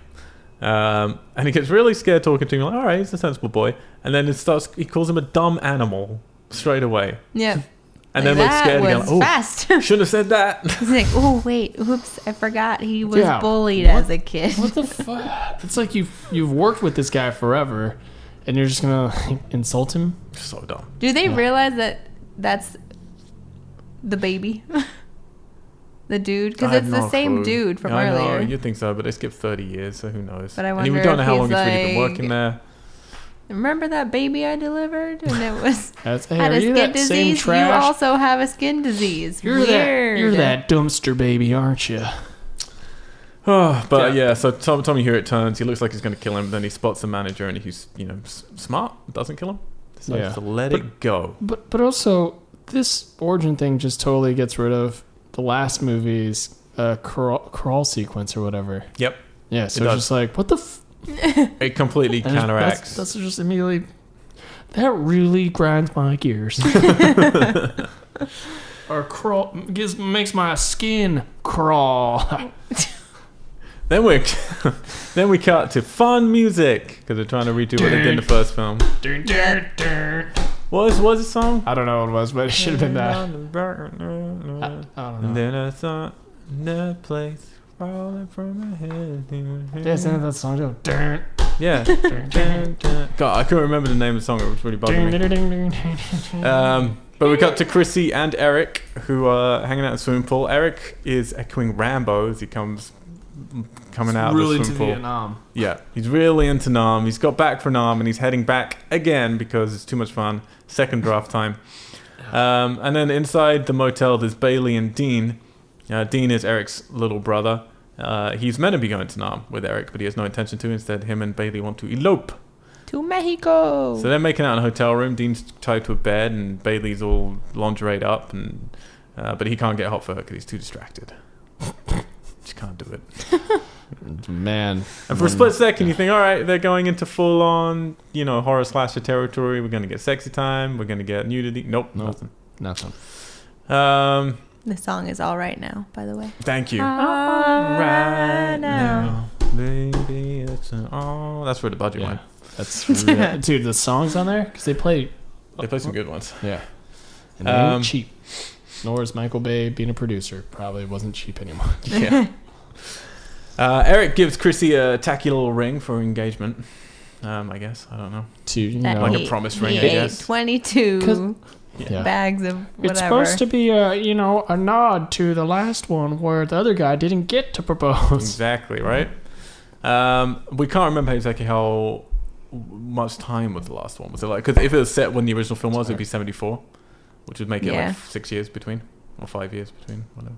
A: Um, and he gets really scared talking to him, like, all right, he's a sensible boy. And then it starts, he calls him a dumb animal straight away.
B: Yeah.
A: And
B: Like,
A: then looks
B: that
A: scared
B: was
A: again. like, Oh,
B: fast.
A: shouldn't have said that.
B: He's like, oh wait, oops, I forgot he was
C: Yeah.
B: bullied
C: What-
B: as a kid.
C: What the fuck? It's like you've you've worked with this guy forever, and you're just gonna like, insult him.
A: so dumb.
B: Do they
C: Yeah.
B: realize that that's the baby, the dude?
A: I
B: Because
A: have
B: it's the
A: no
B: same
A: clue.
B: dude from
A: I know,
B: earlier.
A: You'd think so, but they skipped 30 years, so who knows?
B: But I
A: and we
B: wonder
A: don't know
B: if
A: how long
B: he's
A: he's really been
B: like-
A: working there.
B: Remember that baby I delivered, and it was
C: That's, hey,
B: had
C: are
B: a skin
C: you that same
B: disease. You
C: trash?
B: also have a skin disease.
C: You're
B: Weird.
C: that you're that dumpster baby, aren't you?
A: Oh, but
C: Yeah.
A: yeah, so Tom, Tommy Hewitt turns. He looks like he's going to kill him. Then he spots the manager, and he's you know s- smart, doesn't kill him. So
C: Yeah.
A: just let
C: But-
A: it go.
C: But but also this origin thing just totally gets rid of the last movie's uh, crawl, crawl sequence or whatever.
A: Yep,
C: Yeah,
A: It
C: so
A: does.
C: it's just like what the f-
A: it completely
C: and it's-
A: counteracts.
C: That's, that's just immediately. That really grinds my gears. or crawl gives makes my skin crawl.
A: then we then we cut to fun music because they're trying to redo what they did in the first film.
C: Dun, dun, dun.
A: What was what was the song?
C: I don't know what it was, but Ah, it should have been that. I, I don't
A: And
C: know.
A: then I saw the place falling from my head.
C: Yeah, isn't it that song? Dun, dun,
A: Yeah.
C: dun, dun, dun,
A: God, I couldn't remember the name of the song. It was really bugging me.
C: dun, dun, dun, dun.
A: Um, but we got to Chrissy and Eric, who are hanging out in the swimming pool. Eric is echoing Rambo as he comes coming out
C: really uh,
A: of the
C: to
A: swimming pool.
C: Vietnam.
A: Yeah, he's really into Nam. He's got back for Nam, and he's heading back again because it's too much fun. Second draft time. Um, and then inside the motel, there's Bailey and Dean. Uh, Dean is Eric's little brother. Uh, he's meant to be going to Nam with Eric, but he has no intention to. Instead, him and Bailey want to elope.
B: To Mexico.
A: So they're making out in a hotel room. Dean's tied to a bed, and Bailey's all lingerie up, and uh, but he can't get hot for her because he's too distracted. Just can't do it.
C: Man.
A: And for a
C: Mm.
A: split second, you think, all right, they're going into full on, you know, horror slasher territory. We're going to get sexy time. We're going to get nudity. Nope,
C: Nope.
A: nothing.
C: Nothing.
A: Um,
B: the song is all right now, by the way.
A: thank
B: Uh,
A: you.
B: Right now.
A: Baby, it's an all. That's where the budget
C: Yeah.
A: went.
C: That's real. dude. The songs on there because they play.
A: They play some good ones.
C: Yeah. And they ain't
A: Um,
C: cheap. Nor is Michael Bay being a producer. Probably wasn't cheap anymore.
A: Yeah. uh, Eric gives Chrissy a tacky little ring for engagement. Um, I guess. I don't know.
C: To you
B: That
C: know,
A: Like a
B: he-
A: promise
B: he
A: ring, I
B: ate
A: guess.
B: 22
C: yeah.
B: bags of whatever.
C: It's supposed to be a you know a nod to the last one where the other guy didn't get to propose.
A: Exactly, right? Um, we can't remember exactly how much time was the last one. Was it like, because if it was set when the original film was, it'd be 74, which would make it
B: Yeah.
A: like six years between, or five years between, whatever.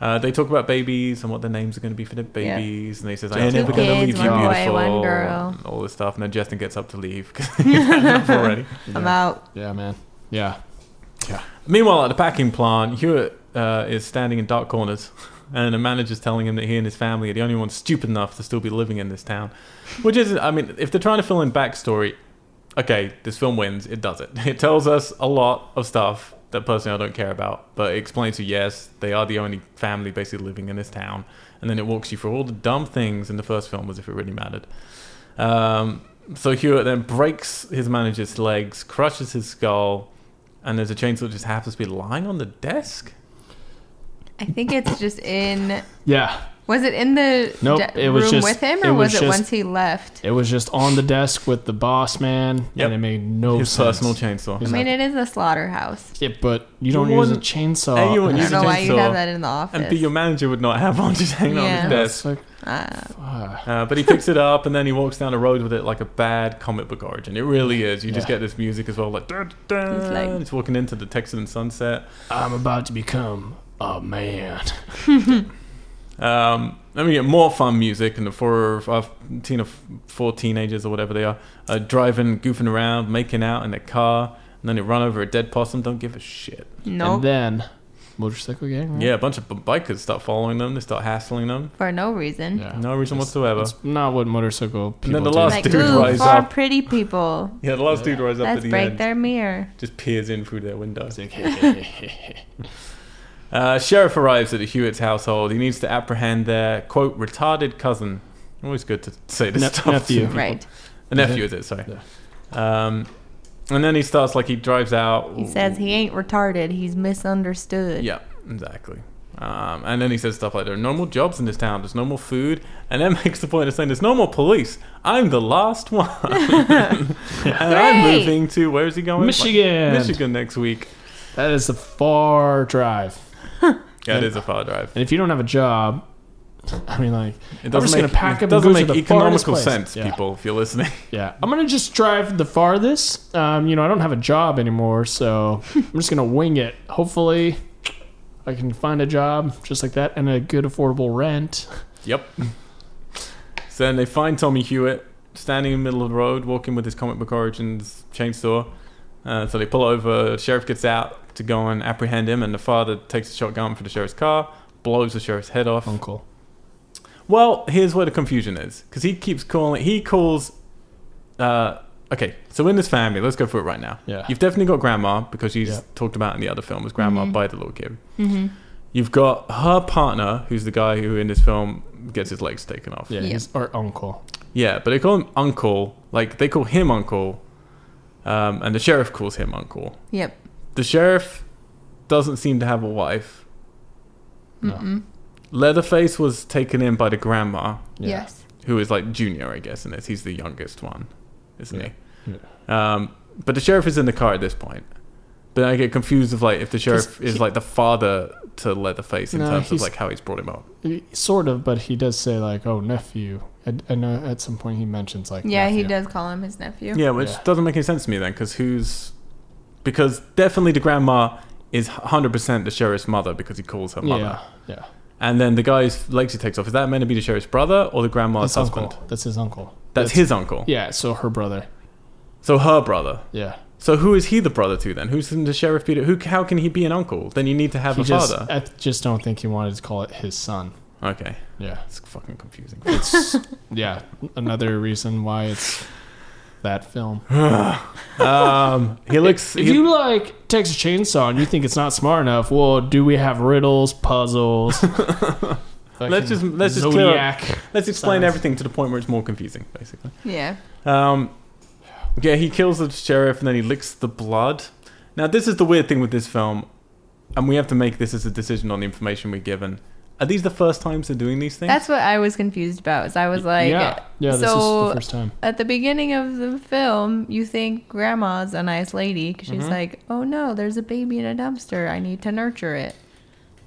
A: Uh, they talk about babies and what their names are going to be for their
B: Yeah.
A: babies, and they says,
C: Two
A: "I'm never going to
B: kids,
A: leave you,
B: one boy,
A: beautiful,"
B: one girl.
A: and all this stuff. And then Justin gets up to leave because he's had enough already.
B: I'm out.
C: Yeah, man. Yeah.
A: Meanwhile, at the packing plant, Hewitt uh, is standing in dark corners, and the manager's telling him that he and his family are the only ones stupid enough to still be living in this town. Which is, I mean, if they're trying to fill in backstory, okay, this film wins. It does it. It tells us a lot of stuff that personally I don't care about, but it explains to you, yes, they are the only family basically living in this town. And then it walks you through all the dumb things in the first film as if it really mattered. Um, so Hewitt then breaks his manager's legs, crushes his skull, and there's a chainsaw that just happens to be lying on the desk.
B: I think it's just in.
C: Yeah.
B: Was it in the
C: Nope,
B: de-
C: it
B: room
C: was just-
B: with him,
C: it
B: or was,
C: was
B: it
C: just-
B: once he left?
C: It was just on the desk with the boss man,
A: Yep.
C: and it made no
A: his
C: sense.
A: personal chainsaw.
B: I mean, it is a slaughterhouse.
C: Yeah, but you don't
A: You
C: use a
A: wouldn't-
C: chainsaw.
A: Hey, you wouldn't
B: I
A: Use
B: don't
A: a
B: know why you
A: chainsaw
B: have that in the office.
A: And B, your manager would not have one just hanging
B: Yeah.
A: on his desk.
C: It's like,
B: Ah.
C: fuck.
A: Uh, but he picks it up and then he walks down the road with it like a bad comic book origin. It really is. You just
C: Yeah.
A: get this music as well, like, dun, dun.
B: He's
A: He's,
B: like-
A: walking into the Texan sunset.
C: I'm about to become a man.
A: Um, then we get more fun music and the four or five, teen of four teenagers or whatever they are uh, driving, goofing around, making out in a car. And then they run over a dead possum. Don't give a shit.
B: nope,
C: And then motorcycle gang.
B: Mm.
C: right?
A: Yeah, a bunch of b- bikers start following them. They start hassling them.
B: for no reason.
C: Yeah.
A: No reason
C: It's-
A: whatsoever.
C: It's not what motorcycle people
A: And then the
C: do.
A: last
B: Like,
A: dude
B: ooh,
A: rise
B: four
A: up.
B: pretty people.
A: Yeah, the last dude rides up
B: Let's
A: at the
B: break
A: end.
B: their mirror.
A: Just peers in through their window.
C: It's like, hey, hey, hey, hey.
A: Uh, sheriff arrives at the Hewitt's household. He needs to apprehend their quote retarded cousin. Always good to say this
C: Ne-
A: stuff.
C: nephew.
A: to
B: Right.
A: people. A nephew is it? Sorry.
C: Yeah.
A: Um, and then he starts like he drives out.
B: He says he ain't retarded. He's misunderstood.
A: Yeah, exactly. Um, and then he says stuff like there are no more jobs in this town. There's no more food. And then makes the point of saying there's no more police. I'm the last one. and I'm
B: Great.
A: moving to where is he going? Like,
C: Michigan.
A: Michigan next week.
C: That is a far drive.
A: Yeah, it is a far drive.
C: And if you don't have a job, I mean, like,
A: It
C: I'm just
A: make,
C: gonna pack up
A: it
C: and
A: doesn't
C: go
A: make
C: to the farthest
A: economical
C: place.
A: sense,
C: Yeah.
A: people, if you're listening.
C: yeah, I'm gonna just drive the farthest. Um, you know, I don't have a job anymore, so I'm just gonna wing it. Hopefully, I can find a job just like that and a good affordable rent.
A: Yep. So then they find Tommy Hewitt standing in the middle of the road, walking with his comic book origins chainsaw. Uh, so they pull over. Sheriff gets out to go and apprehend him, and the father takes a shotgun for the sheriff's car, blows the sheriff's head off.
C: Uncle,
A: Well, here's where the confusion is, because he keeps calling. He calls. Uh, okay, so in this family, let's go through it right now.
C: Yeah.
A: You've definitely got grandma because she's
C: Yeah. Mm-hmm.
A: talked about in the other film as grandma by the little kid.
B: Mm-hmm.
A: You've got her partner, who's the guy who in this film gets his legs taken off.
C: yeah,
B: Yeah.
C: he's our uncle.
A: Yeah, but they call him Uncle. Like they call him Uncle, um, and the sheriff calls him Uncle.
B: Yep.
A: The sheriff doesn't seem to have a wife.
C: No.
A: Leatherface was taken in by the grandma,
C: Yeah.
B: Yes.
A: who is like junior, I guess. In this, he's the youngest one, isn't
C: Yeah.
A: he? Um, but the sheriff is in the car at this point. But I get confused of like if the sheriff
C: 'Cause
A: is
C: he-
A: like the father to Leatherface in
C: No,
A: terms of
C: he's-
A: like how he's brought him up.
C: Sort of, but he does say like, "Oh, nephew." I, I know at some point he mentions like,
B: Yeah, he
C: nephew.
B: does call him his nephew.
A: Yeah, which
C: Yeah.
A: doesn't make any sense to me then, because who's because definitely the grandma is 100% the sheriff's mother because he calls her mother.
C: Yeah, yeah.
A: And then the guy's legs he takes off. Is that meant to be the sheriff's brother or the grandma's
C: That's
A: husband?
C: uncle. That's his uncle.
A: That's, his uncle.
C: Yeah, so her brother.
A: So her brother.
C: Yeah.
A: So who is he the brother to then? Who's the sheriff Peter? Who? How can he be an uncle? Then you need to have
C: he
A: a
C: just,
A: father.
C: I just don't think he wanted to call it his son.
A: Okay,
C: Yeah.
A: it's fucking confusing.
C: It's yeah, another reason why it's that film.
A: um, he looks.
C: If
A: he-
C: you like Texas Chainsaw and you think it's not smart enough, well, do we have riddles, puzzles?
A: let's just let's just clear up-
C: Zodiac.
A: let's explain
C: Sounds-
A: everything to the point where it's more confusing, basically.
B: Yeah.
A: Um, yeah, he kills the sheriff and then he licks the blood. Now, this is the weird thing with this film, and we have to make this as a decision on the information we're given. Are these the first times they're doing these things?
B: That's what I was confused about. Is I was like,
C: yeah, yeah. This is
B: so
C: the first time.
B: at the beginning of the film, you think grandma's a nice lady 'cause she's
A: Mhm.
B: like, oh no, there's a baby in a dumpster. I need to nurture it.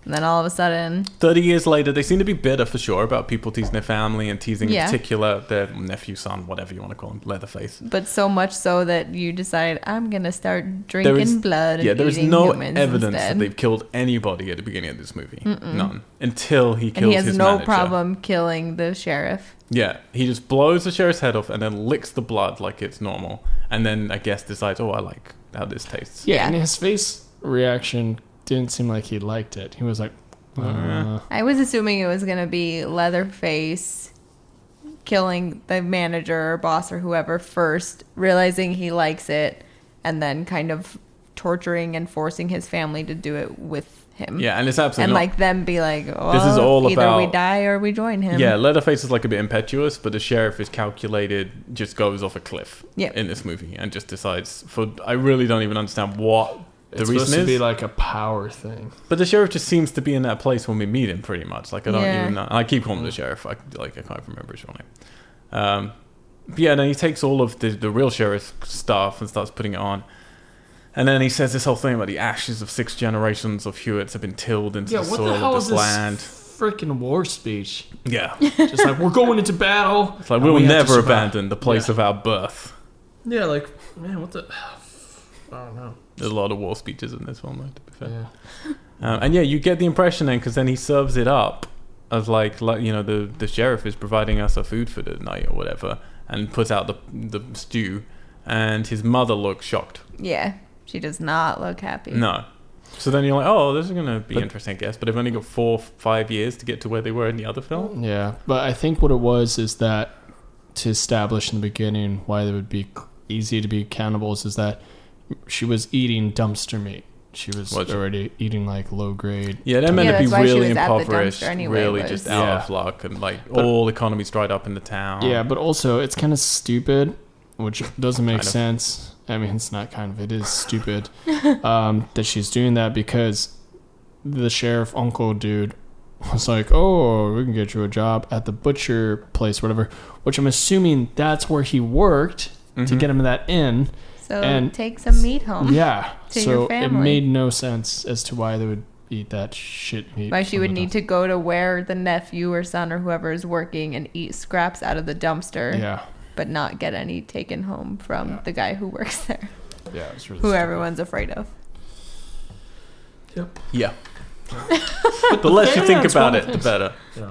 B: And then all of a sudden,
A: 30 years later, they seem to be bitter for sure about people teasing their family and teasing
B: Yeah.
A: in particular their nephew, son, whatever you want to call him, Leatherface.
B: but so much so that you decide, I'm going to start drinking
A: is-
B: blood and
A: Yeah, there is
B: eating
A: no
B: humans
A: evidence
B: instead.
A: that they've killed anybody at the beginning of this movie. None. Until he kills
B: and he has
A: his
B: no
A: manager.
B: problem killing the sheriff.
A: Yeah, he just blows the sheriff's head off and then licks the blood like it's normal. And then I guess decides, oh, I like how this tastes.
C: Yeah,
B: Yeah.
C: and his face reaction didn't seem like he liked it. He was like,
A: Oh,
C: uh,
B: I was assuming it was going to be Leatherface killing the manager or boss or whoever first, realizing he likes it, and then kind of torturing and forcing his family to do it with him.
A: Yeah, and it's absolutely
B: and
A: not-
B: like them be like, well,
A: is all
B: either we
A: about-
B: die or we join him.
A: Yeah, Leatherface is like a bit impetuous, but the sheriff is calculated, just goes off a cliff
B: Yeah.
A: in this movie and just decides for I really don't even understand what the
C: it's supposed
A: reason
C: to
A: is.
C: be like a power thing.
A: but the sheriff just seems to be in that place when we meet him pretty much. Like I don't
B: Yeah.
A: even know. I keep calling him the sheriff. I like I can't remember his real name. Um, but yeah, then he takes all of the, the real sheriff's stuff and starts putting it on. And then he says this whole thing about the ashes of six generations of Hewitts have been tilled into the soil of this land.
C: freaking war speech?
A: Yeah.
C: Just like we're going into battle.
A: It's like we will never abandon the place of our birth.
C: Yeah, like man, what the? I don't know.
A: There's a lot of war speeches in this one, though, to be fair.
C: Yeah.
A: Um, and yeah, you get the impression then, because then he serves it up as like, like you know, the, the sheriff is providing us our food for the night or whatever, and puts out the the stew, and his mother looks shocked.
B: Yeah. She does not look happy.
A: No. So then you're like, oh, this is going to be
C: But-
A: interesting, I guess. But I've only got four, five years to get to where they were in the other film.
C: Yeah, but I think what it was is that to establish in the beginning why they would be c- easy to be cannibals is that she was eating dumpster meat. She was
A: Was she?
C: already eating like low grade.
A: Yeah, they're
C: Yeah,
A: meant to
B: that's
A: be
B: why she
A: really
B: was at the dumpster
A: impoverished,
B: anyway,
A: really
B: was-
A: just out
C: Yeah.
A: of luck, and like
C: But-
A: all economy's dried up in the town.
C: Yeah, but also it's kind of stupid, which doesn't make
A: Kind of.
C: sense. I mean, it's not kind of, it is stupid um, that she's doing that because the sheriff uncle dude was like, oh, we can get you a job at the butcher place, whatever, which I'm assuming that's where he worked to
A: Mhm.
C: get him that in.
B: So
C: And-
B: take some meat home.
C: Yeah.
B: Oh. To
C: so
B: your
C: it
B: family.
C: made no sense as to why they would eat that shit meat.
B: Why she
C: from
B: would
C: the
B: need to go to where the nephew or son or whoever is working and eat scraps out of the dumpster.
C: dumpster. Yeah.
B: but not get any taken home from
C: Yeah.
B: the guy who works there,
C: Yeah. It was really
B: who
C: stupid.
B: everyone's afraid of.
A: Yeah. the less you think
C: that's
A: about
C: one
A: it,
C: of
A: the
C: things.
A: better.
C: Yeah.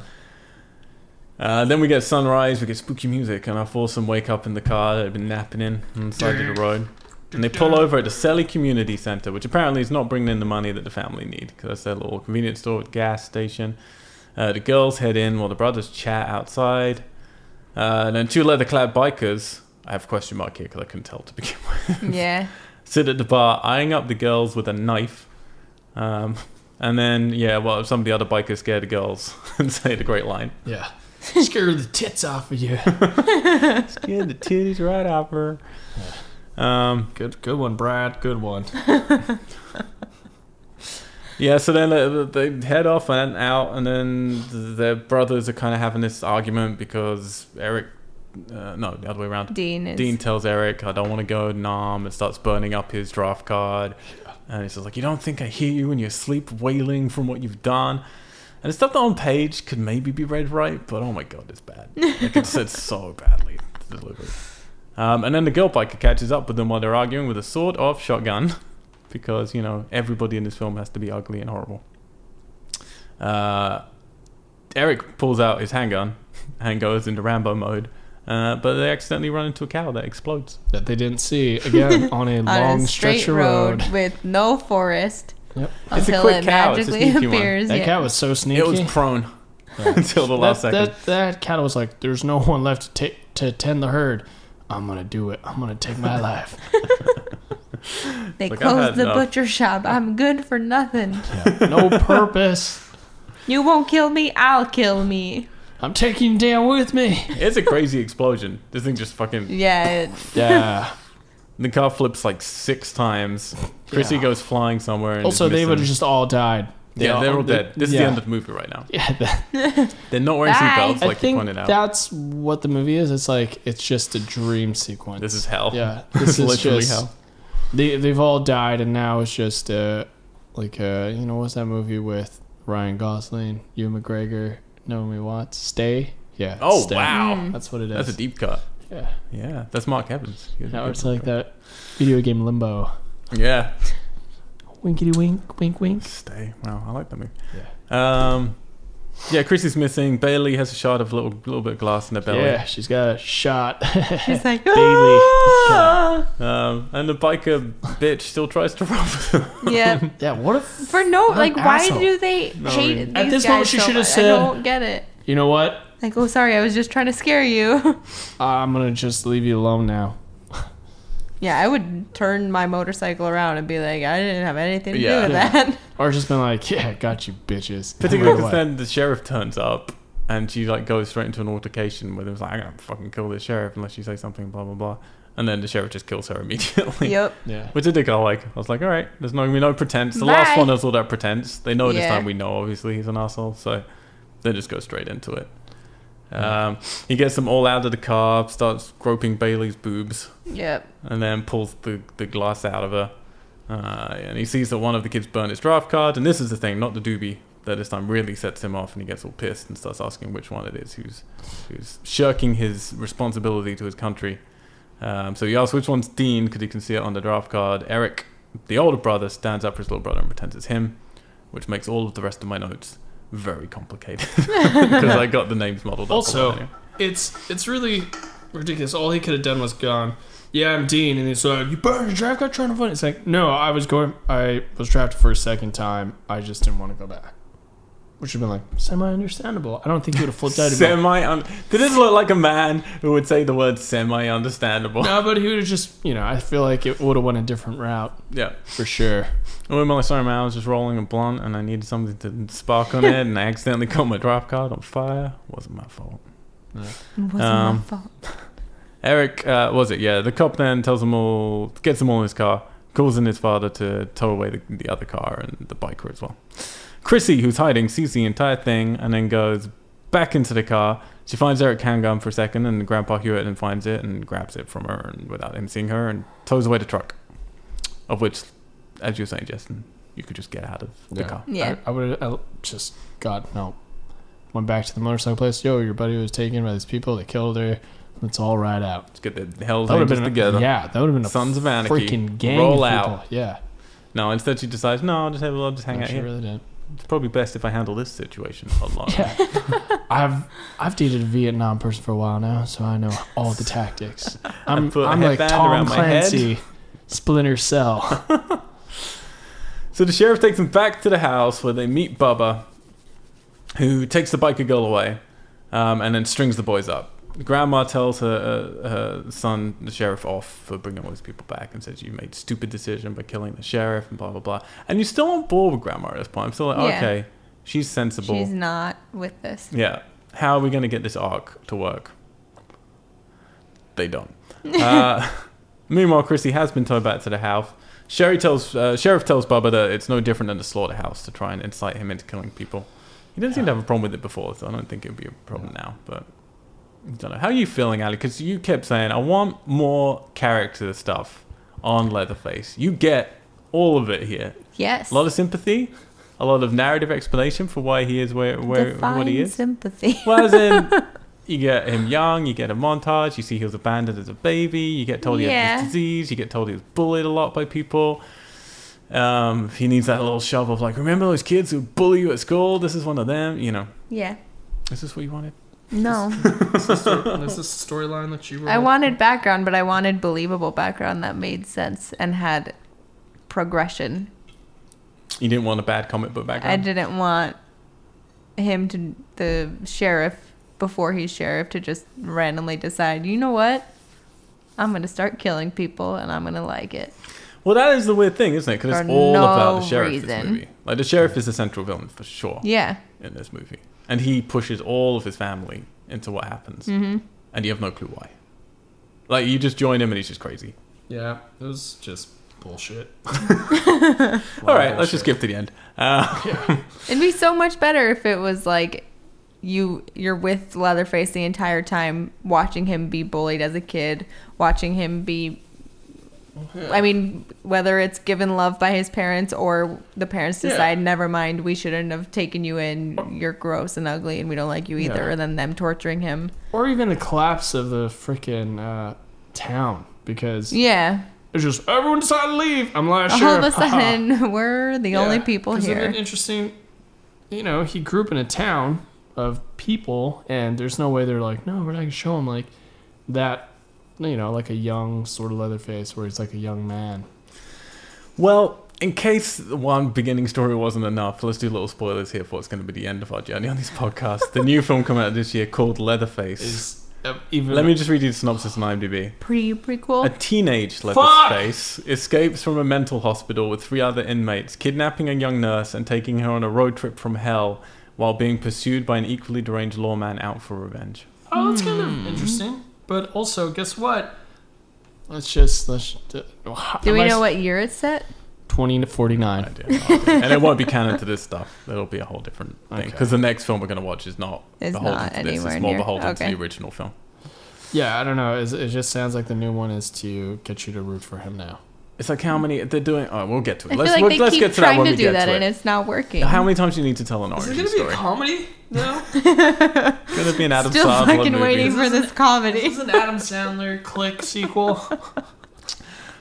A: Uh, then we get sunrise, we get spooky music, and I foursome wake up in the car that had been napping in on the side of the road. And they pull over at the Selly Community Center, which apparently is not bringing in the money that the family need, because that's their little convenience store with gas station. Uh, the girls head in while the brothers chat outside. Uh, and then two leather-clad bikers, I have question mark here because I couldn't tell to begin with,
B: yeah.
A: sit at the bar, eyeing up the girls with a knife. Um, and then, yeah, well, some of the other bikers scare the girls and say the great line.
C: Yeah. Scare the tits off of you.
A: Yeah, the titties right off her. Um,
C: Good, good one, Brad. Good one.
A: yeah, so then uh, they head off and out, and then their brothers are kind of having this argument because Eric, uh, no, the other way around.
B: Dean is.
A: Dean tells Eric, I don't want to go, Nom, and starts burning up his draft card. And he's just like, You don't think I hear you in your sleep wailing from what you've done? And the stuff that on page could maybe be read right, but oh my god, it's bad. Like it's, it's so badly delivered. Um, and then the girl biker catches up with them while they're arguing with a sword off shotgun. because you know everybody in this film has to be ugly and horrible. Uh, Eric pulls out his handgun and goes into Rambo mode, uh, but they accidentally run into a cow that explodes.
C: that they didn't see again on a
B: on
C: long
B: a
C: stretch
B: straight
C: of
B: road,
C: road.
B: with no forest
C: Yep.
A: It's a
B: until
A: quick
B: it
A: cow, it's a
B: magically
A: sneaky one.
B: appears.
C: That
B: yeah.
C: cat was so sneaky.
A: It was prone until the
C: that,
A: last second.
C: that, that cat was like, "There's no one left to take to tend the herd. I'm gonna do it. I'm gonna take my life."
B: they
A: like, I've had
B: closed the
A: enough.
B: butcher shop. I'm good for nothing.
C: Yeah. No purpose.
B: You won't kill me. I'll kill me.
C: I'm taking you down with me.
A: It's a crazy explosion. This thing just fucking.
B: Yeah, it,
C: Yeah.
A: The car flips like six times. Chrissy
C: Yeah.
A: goes flying somewhere. And
C: also,
A: is
C: they
A: missing.
C: would have just all died.
A: Yeah, they're all dead. This is
C: yeah.
A: the end of the movie right now.
C: Yeah, that-
A: They're not wearing
B: Bye.
A: seatbelts,
C: I
A: like you
C: think
A: pointed out.
C: that's what the movie is. It's like it's just a dream sequence.
A: This is hell.
C: yeah. This is
A: literally
C: just
A: hell.
C: they they've all died, and now it's just uh like uh you know what's that movie with Ryan Gosling, Ewan McGregor, Naomi Watts, Stay. Yeah.
A: Oh
C: Stay.
A: wow,
C: That's what it is.
A: that's a deep cut.
C: yeah.
A: Yeah, that's Mark Evans. He was a
C: Now
A: good
C: it's like
A: deep
C: that video game limbo.
A: cut. Yeah.
C: Winkety wink, wink wink.
A: Stay. Wow, I like that movie.
C: Yeah.
A: Um, yeah, Chrissy's missing. Bailey has a shard of little little bit of glass in her belly.
C: Yeah, she's got a shot.
B: it's like
C: Bailey.
B: "Ah!"
A: Um, and the biker bitch still tries to rob her.
B: Yeah,
C: yeah, what if
B: for no
C: What an
B: like, why
C: asshole.
B: do they
A: No,
B: hate
A: really.
B: these
C: At this
B: guys
C: moment, she
B: so
C: should have
B: much?
C: said-
B: I don't get it.
C: you know what?
B: Like, oh, sorry, I was just trying to scare you.
C: I'm gonna just leave you alone now.
B: yeah, I would turn my motorcycle around and be like, I didn't have anything to
A: Yeah.
B: do with
C: Yeah.
B: that.
C: Or just been like, yeah, got you bitches.
A: Particularly because
C: Right away.
A: then the sheriff turns up and she like goes straight into an altercation where there's like, I'm gonna fucking kill this sheriff unless you say something, blah blah blah. And then the sheriff just kills her immediately.
B: yep.
C: Yeah.
A: Which I did go like. I was like, all right, there's not gonna be no pretense. The
B: Bye.
A: last one was all that pretense. They know this
B: Yeah.
A: time we know obviously he's an asshole, so they just go straight into it. Um, he gets them all out of the car, starts groping Bailey's boobs,
B: Yep.
A: and then pulls the, the glass out of her. Uh, and he sees that one of the kids burned his draft card, and this is the thing, not the doobie, that this time really sets him off, and he gets all pissed and starts asking which one it is who's who's shirking his responsibility to his country. Um, so he asks which one's Dean because he can see it on the draft card. Eric, the older brother, stands up for his little brother and pretends it's him, which makes all of the rest of my notes very complicated because I got the names modeled up.
C: Also, it's it's really ridiculous. All he could have done was gone. Yeah, I'm Dean, and he's like, "You burned your draft card trying to vote." It's like, no, I was going. I was drafted for a second time. I just didn't want to go back. Which would have been like semi-understandable. I don't think he would have flipped out. about it.
A: semi. Un- Did this look like a man who would say the word semi understandable?
C: No, but he would have just, you know, I feel like it would have went a different route
A: Yeah.
C: for sure.
A: I remember last time I was just rolling a blunt and I needed something to spark on it and I accidentally caught my drop card on fire. Wasn't my fault.
B: Wasn't my
A: Um,
B: fault.
A: Eric, uh, was it? Yeah, the cop then tells them all, gets them all in his car, calls in his father to tow away the, the other car and the biker as well. Chrissy, who's hiding, sees the entire thing and then goes back into the car. She finds Eric handgun for a second and Grandpa Hewitt and finds it and grabs it from her and without him seeing her and tows away the truck. Of which, as you were saying, Justin, you could just get out of the
C: Yeah.
A: car.
B: Yeah.
C: I, I would have just God no. Went back to the motorcycle place. Yo, your buddy was taken by these people. They killed her. Let's all ride out.
A: Let's get the hell's
C: That would have
A: angels
C: been
A: together.
C: Yeah, that would have been a
A: Sons of Anarchy.
C: freaking gang.
A: Roll
C: of
A: out.
C: people. Yeah,
A: No, instead she decides, no, I'll just have, I'll just hang
C: No,
A: out
C: she
A: here.
C: really did.
A: It's probably best if I handle this situation alone.
C: Yeah, I've I've dated a Vietnam person for a while now, so I know all the tactics. I'm
A: put a
C: I'm like
A: headband
C: Tom
A: around my head.
C: Clancy, Splinter Cell.
A: So the sheriff takes them back to the house where they meet Bubba, who takes the biker girl away, um, and then strings the boys up. Grandma tells her, uh, her son, the sheriff, off for bringing all these people back and says, You made a stupid decision by killing the sheriff and blah, blah, blah. And you're still on board with Grandma at this point. I'm still like,
B: Yeah.
A: Okay, she's sensible.
B: She's not with this.
A: Yeah. How are we going to get this arc to work? They don't. Uh, meanwhile, Chrissy has been towed back to the house. Sherry tells uh, Sheriff tells Bubba that it's no different than the slaughterhouse to try and incite him into killing people. He didn't seem to have a problem with it before, so I don't think it would be a problem now. But I don't know. How are you feeling, Ali? Because you kept saying I want more character stuff on Leatherface. You get all of it here.
B: Yes.
A: A lot of sympathy, a lot of narrative explanation for why he is where where
B: Define
A: what he is.
B: sympathy.
A: Well, as in, you get him young, you get a montage, you see he was abandoned as a baby, you get told he had
B: Yeah.
A: this disease, you get told he was bullied a lot by people. Um, he needs that little shove of like, remember those kids who bully you at school? This is one of them. You know,
B: Yeah.
A: is this what you wanted?
B: No.
C: Is this the storyline that you wrote?
B: I wanted background, but I wanted believable background that made sense and had progression.
A: You didn't want a bad comic book background.
B: I didn't want him to the sheriff before he's sheriff to just randomly decide, you know what? I'm gonna start killing people and I'm gonna like it.
A: Well, that is the weird thing, isn't it? Because it's
B: For
A: all about the
B: no
A: sheriff in this
B: reason.
A: movie. Like the sheriff is the central villain for sure
B: Yeah.
A: in this movie, and he pushes all of his family into what happens,
B: hmm
A: and you have no clue why. Like you just join him, and he's just crazy.
C: Yeah, it was just bullshit.
A: all right, let's just skip to the end. Uh,
B: It'd be so much better if it was like you you're with Leatherface the entire time watching him be bullied as a kid, watching him be I mean, whether it's given love by his parents or the parents
A: Yeah.
B: decide, never mind, we shouldn't have taken you in. You're gross and ugly, and we don't like you either.
A: Yeah.
B: And then them torturing him.
C: Or even the collapse of the freaking uh, town because
B: Yeah.
C: it's just everyone decided to leave. I'm like,
B: All
C: sure.
B: of a sudden, we're the only people
C: An
B: here.
C: interesting, you know, he grew up in a town of people, and there's no way they're like, no, we're not gonna show him like that. You know, like a young sort of Leatherface, where he's like a young man.
A: well, in case the one beginning story wasn't enough, let's do little spoilers here for what's going to be the end of our journey on this podcast. the new film coming out this year called Leatherface.
C: Is uh, even
A: Let me just read you the synopsis on IMDb.
B: Pre
A: A
B: prequel.
A: teenage
C: Fuck!
A: Leatherface escapes from a mental hospital with three other inmates, kidnapping a young nurse and taking her on a road trip from hell while being pursued by an equally deranged lawman out for revenge.
C: Oh, that's kind
B: Hmm.
C: of interesting. But also, guess what? Let's just let's. Do,
B: Do we know what year it's set?
C: Twenty to
A: I
C: forty-nine.
A: do not. and it won't be canon to this stuff. It'll be a whole different thing.
C: Okay.
A: Because the next film we're going to watch is not
B: It's
A: beholden
B: not
A: to this.
B: anywhere
A: It's more
B: near.
A: beholden
B: Okay.
A: to the original film.
C: Yeah, I don't know. It's, it just sounds like the new one is to get you to root for him now.
A: It's like how many they're doing. Oh, we'll get to it.
B: I
A: let's
B: feel like
A: let's,
B: they
A: let's
B: keep
A: get to that
B: trying
A: when
B: to
A: we
B: do
A: get
B: that,
A: to
B: and
A: it.
B: it's not working.
A: How many times do you need to tell an origin story?
C: comedy? No.
A: It's going to be an Adam
B: Still
A: Sandler
B: fucking
A: movie.
B: waiting for this comedy.
C: an Adam Sandler click sequel.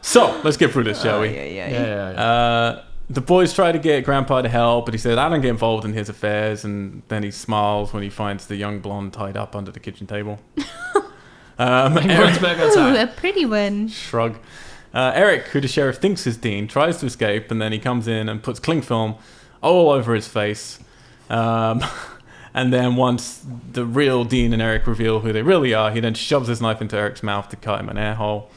A: So let's get through this, shall we?
B: Yeah, yeah,
C: Yeah,
B: Oh, yeah.
C: yeah, yeah.
A: Uh, the boys try to get Grandpa to help, but he said, I don't get involved in his affairs. And then he smiles when he finds the young blonde tied up under the kitchen table. um,
C: He
A: Eric,
C: runs back
B: Ooh,
C: outside.
B: a pretty one.
A: shrug. Uh, Eric, who the sheriff thinks is Dean, tries to escape, and then he comes in and puts cling film all over his face. Um, and then once the real Dean and Eric reveal who they really are, he then shoves his knife into Eric's mouth to cut him an air hole.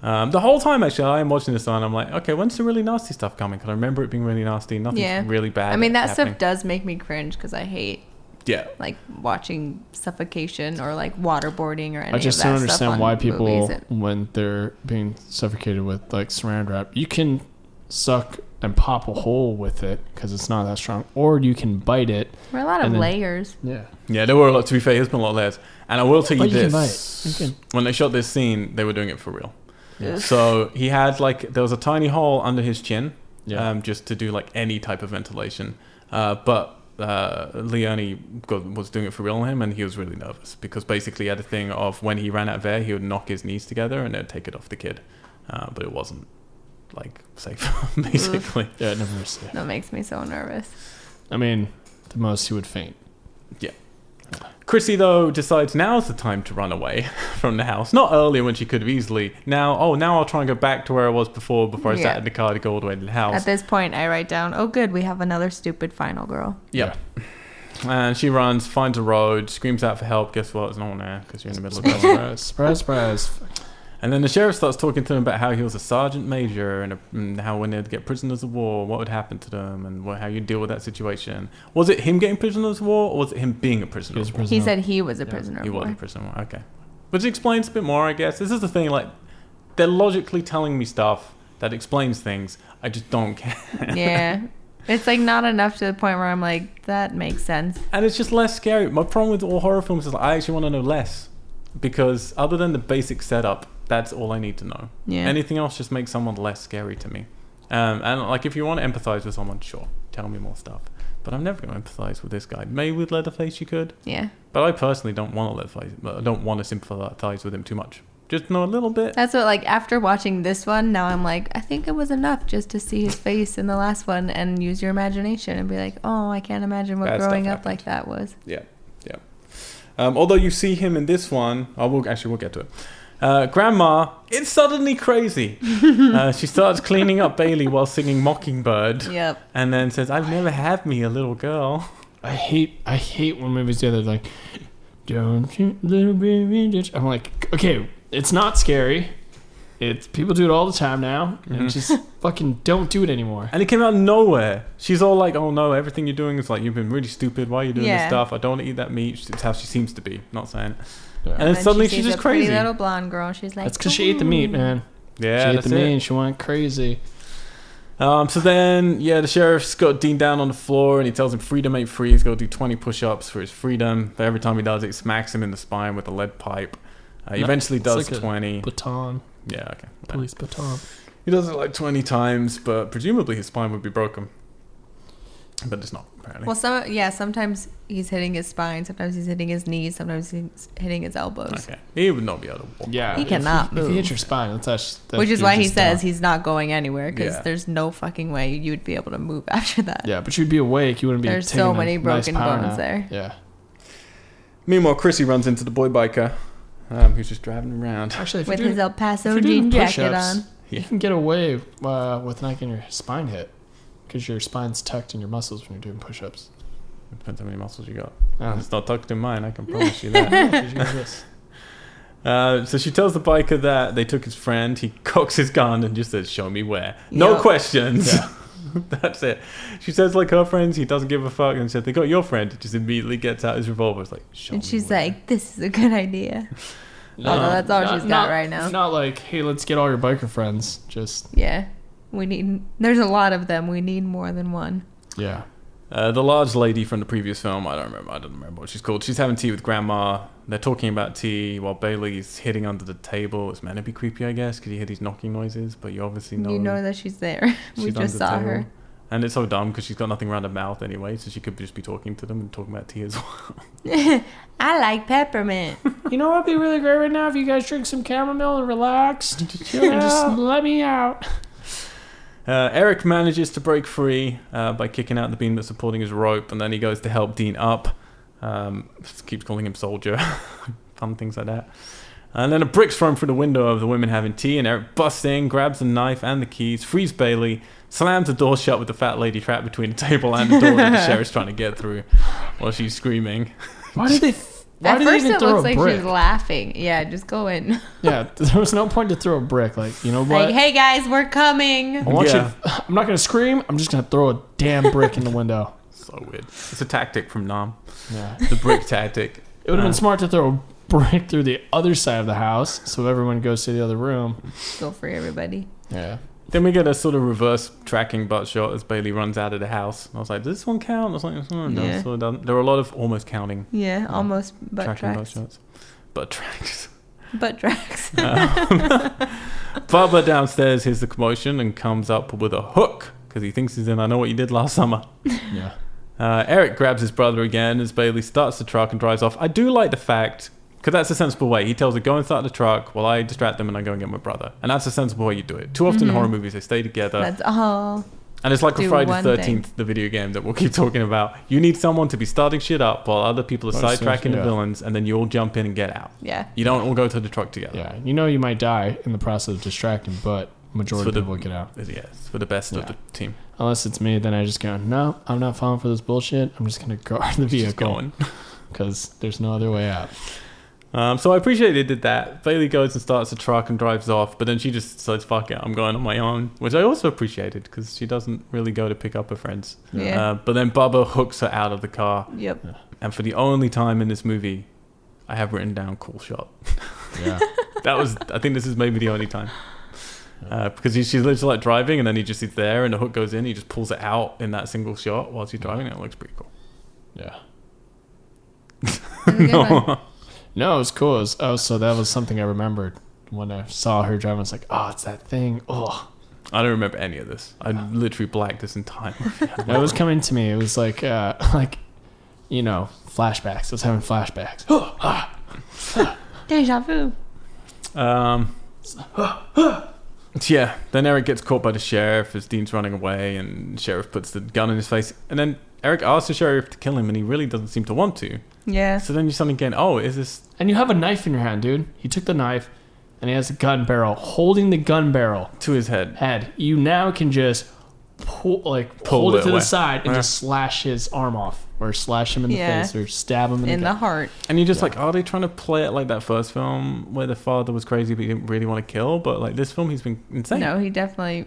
A: Um, the whole time, actually, I am watching this and I'm like, okay, when's the really nasty stuff coming? Because I remember it being really nasty, nothing
B: Yeah.
A: really bad.
B: I mean, that
A: happening.
B: stuff does make me cringe because I hate
A: Yeah,
B: like watching suffocation or like waterboarding or anything.
C: I just
B: of that
C: don't
B: stuff on
C: understand why people,
B: movies. It-
C: when they're being suffocated with like saran wrap, you can suck and pop a hole with it because it's not that strong, or you can bite it.
B: There are a lot of
C: and then-
B: layers.
C: Yeah.
A: Yeah, there were a lot. To be fair, there's been a lot of layers. And I will tell you
C: But you can
A: this:
C: buy it. You can-
A: when they shot this scene, they were doing it for real.
B: Yeah.
A: So he had like there was a tiny hole under his chin,
C: Yeah.
A: um, just to do like any type of ventilation. Uh, but uh, Leone got, was doing it for real on him, and he was really nervous because basically he had a thing of when he ran out of air, he would knock his knees together and it'd take it off the kid. Uh, but it wasn't like safe, basically.
C: Yeah, it never is.
B: That makes me so nervous.
C: I mean, the most he would faint.
A: Chrissy, though, decides now's the time to run away from the house. Not earlier when she could have easily. Now, oh, now I'll try and go back to where I was before, before I
B: Yeah.
A: sat in the car to go all the way to the
B: At
A: house.
B: this point, I write down, "Oh, good, we have another stupid final girl."
A: Yep. And she runs, finds a road, screams out for help. Guess what? There's no one there because you're in the middle of nowhere.
C: surprise, surprise, surprise.
A: and then the sheriff starts talking to him about how he was a sergeant major and, and how when they'd get prisoners of war, what would happen to them and what, how you deal with that situation. Was it him getting prisoners of war or was it him being a prisoner
C: He was
A: of
C: a
A: war?
B: He
C: prisoner.
B: said he was a
C: Yeah,
B: prisoner.
A: He
B: of war.
A: was a prisoner of war. Okay. Which explains a bit more, I guess. This is the thing, like, they're logically telling me stuff that explains things. I just don't care.
B: yeah, it's like not enough to the point where I'm like, "That makes sense."
A: And it's just less scary. My problem with all horror films is like, I actually want to know less. Because other than the basic setup, that's all I need to know.
B: Yeah.
A: Anything else just makes someone less scary to me. Um, and, like, if you want to empathize with someone, sure, tell me more stuff. But I'm never going to empathize with this guy. Maybe with Leatherface you could.
B: yeah,
A: But I personally don't want to Leatherface. I don't want to uh, sympathize with him too much. Just know a little bit.
B: That's what like after watching this one, now I'm like, I think it was enough just to see his face in the last one and use your imagination and be like, oh, I can't imagine what
A: Bad stuff
B: growing up
A: happened.
B: like that was.
A: Yeah, yeah. Um, although you see him in this one, I will actually we'll get to it. Uh, grandma is suddenly crazy. uh, she starts cleaning up Bailey while singing Mockingbird,
B: Yep.
A: and then says, "I'll never have me a little girl."
C: I hate I hate when movies do that. Like, don't you little baby? Just. I'm like, okay, it's not scary. It's people do it all the time now, and just fucking don't do it anymore.
A: And it came out of nowhere. She's all like, "Oh no, everything you're doing is like you've been really stupid. Why are you doing this
B: Yeah.
A: stuff? I don't want to eat that meat." It's how she seems to be. Not saying. It.
C: Yeah.
A: And then
B: she
A: suddenly she's
B: sees
A: just
B: a pretty
A: crazy.
B: little blonde girl. She's like,
C: That's because she ate the meat, man.
A: Yeah,
C: she ate
A: that's
C: the meat,
A: it.
C: and she went crazy.
A: Um, so then, yeah, the sheriff's got Dean down on the floor and he tells him freedom ain't free. He's got to do 20 push ups for his freedom. But every time he does it, he smacks him in the spine with a lead pipe. Uh, he
C: No,
A: eventually
C: it's
A: does
C: like a
A: 20.
C: Baton,
A: yeah, okay. whatever.
C: police baton.
A: He does it like 20 times, but presumably his spine would be broken. But it's not, apparently.
B: Well, some yeah. Sometimes he's hitting his spine. Sometimes he's hitting his knees. Sometimes he's hitting his elbows,
A: okay. He would not be able to walk.
C: Yeah,
B: He
C: if
B: cannot
C: If you hit
B: move.
C: your spine, that's, that's
B: which is
C: you're
B: why he
C: just
B: says
C: down.
B: he's not going anywhere because
A: Yeah.
B: there's no fucking way you would be able to move after that.
C: Yeah, but you'd be awake. You wouldn't be.
B: There's
C: taking
B: so
C: a
B: many
C: nice
B: broken
C: power
B: bones
C: nap.
B: there.
C: Yeah,
A: Meanwhile, Chrissy runs into the boy biker um, who's just driving around.
C: actually, if
B: With
C: you do,
B: his El
C: if
B: Paso
C: you're doing
B: jean jacket
C: push-ups,
B: on.
A: Yeah.
C: You can get away uh, with not getting your spine hit because your spine's tucked in your muscles when you're doing push-ups.
A: Depends how many muscles you got.
C: Oh,
A: It's not tucked in mine, I can promise you that.
C: did you miss?
A: Uh, so she tells the biker that they took his friend. He cocks his gun and just says, "Show me where." No
B: Yup.
A: questions. That's it. She says like her friends. He doesn't give a fuck and said they got your friend. Just immediately gets out his revolver. It's like, Show
B: And
A: me
B: she's
A: where."
B: like, this is a good idea.
C: No,
B: Although that's all she's got
C: not-
B: right now.
C: It's not like, hey, let's get all your biker friends. Just
B: Yeah. We need, there's a lot of them. We need more than one.
C: yeah,
A: Uh, the large lady from the previous film, I don't remember. I don't remember what she's called. She's having tea with grandma. They're talking about tea while Bailey's hitting under the table. It's meant to be creepy, I guess, because you hear these knocking noises, but you obviously know.
B: You know that she's there. we
A: She's
B: just
A: under the
B: saw
A: table.
B: her.
A: And it's so dumb because she's got nothing around her mouth anyway, so she could just be talking to them and talking about tea as well.
B: I like peppermint.
C: you know what'd be really great right now if you guys drink some chamomile and relaxed.
A: and just out.
C: let me out.
A: Uh, Eric manages to break free uh, by kicking out the beam that's supporting his rope, and then he goes to help Dean up. Um, keeps calling him soldier, fun things like that. And then a brick's thrown through the window of the women having tea, and Eric busts in, grabs the knife and the keys, frees Bailey, slams the door shut with the fat lady trapped between the table and the door that the sheriff's trying to get through while she's screaming.
C: Why did they? f- Why
B: At
C: did they
B: first,
C: even
B: it
C: throw
B: looks
C: a
B: like
C: brick?
B: she's laughing. Yeah, just go in.
C: yeah, there was no point to throw a brick. Like you know what?
B: Like, hey guys, we're coming.
C: I want
A: Yeah.
C: you. I'm not gonna scream. I'm just gonna throw a damn brick in the window.
A: So weird. It's a tactic from Nam,
C: Yeah.
A: the brick tactic.
C: It would have
A: Uh.
C: been smart to throw a brick through the other side of the house so everyone goes to the other room.
B: Feel free, everybody.
C: Yeah.
A: Then we get a sort of reverse tracking butt shot as Bailey runs out of the house. And I was like, does this one count? I was like, this one does,
B: Yeah.
A: sort of doesn't. There were a lot of almost counting
B: Yeah, almost butt
A: tracking
B: tracks.
A: butt shots. Butt tracks. Um,
B: Butt tracks.
A: Bubba downstairs hears the commotion and comes up with a hook because he thinks he's in I Know What You Did Last Summer.
C: Yeah.
A: Uh, Eric grabs his brother again as Bailey starts the truck and drives off. I do like the fact, because that's a sensible way. He tells her, go and start the truck while I distract them and I go and get my brother. And that's a sensible way you do it. Too often in horror movies, they stay together.
B: That's all.
A: And it's like on
B: Mm-hmm. do
A: Friday
B: one
A: the 13th,
B: thing.
A: the video game that we'll keep talking about. You need someone to be starting shit up while other people are
C: Well, it's-
A: sidetracking the
C: yeah.
A: villains, and then you all jump in and get out.
B: Yeah.
A: You don't all go to the truck together.
C: Yeah. You know you might die in the process of distracting, but majority
A: For
C: of
A: the-
C: people get out.
A: Yes, for the best of
C: Yeah.
A: the team.
C: Unless it's me, then I just go, no, I'm not falling for this bullshit. I'm just gonna guard the
A: Just
C: vehicle
A: going.
C: because there's no other way out.
A: Um, so I appreciate they did that. Bailey goes and starts the truck and drives off, but then she just decides, fuck it, I'm going on my own, which I also appreciated because she doesn't really go to pick up her friends.
B: Yeah.
A: Uh, but then Bubba hooks her out of the car,
B: Yep.
A: and for the only time in this movie, I have written down cool shot.
C: Yeah.
A: that was I think this is maybe the only time. Uh, because he, she lives like driving, and then he just is there, and the hook goes in. He just pulls it out in that single shot while she's driving. And it looks pretty cool.
C: yeah.
B: No.
C: No, it was cool. It was, oh, so that was something I remembered when I saw her driving. I was like, oh, it's that thing. Oh.
A: I don't remember any of this. I literally blacked this entire.
C: No, it was coming to me. It was like, uh, like, you know, flashbacks. I was having flashbacks.
B: Deja vu.
A: Um, yeah, then Eric gets caught by the sheriff as Dean's running away, and sheriff puts the gun in his face. And then Eric asks the sheriff to kill him, and he really doesn't seem to want to.
B: Yeah.
A: So then you suddenly get, oh, is this?
C: And you have a knife in your hand, dude. He took the knife and he has a gun barrel. Holding the gun barrel
A: to his head.
C: head, you now can just pull, like,
A: Pull
C: hold
A: it
C: it to
A: away.
C: the side and
A: Yeah.
C: just slash his arm off, or slash him in the
B: Yeah.
C: face, or stab him in,
B: In
C: the,
B: the
C: gut.
B: heart.
A: And you're just like, are they trying to play it like that first film where the father was crazy but he didn't really want to kill? But like this film, he's been insane.
B: No, he definitely.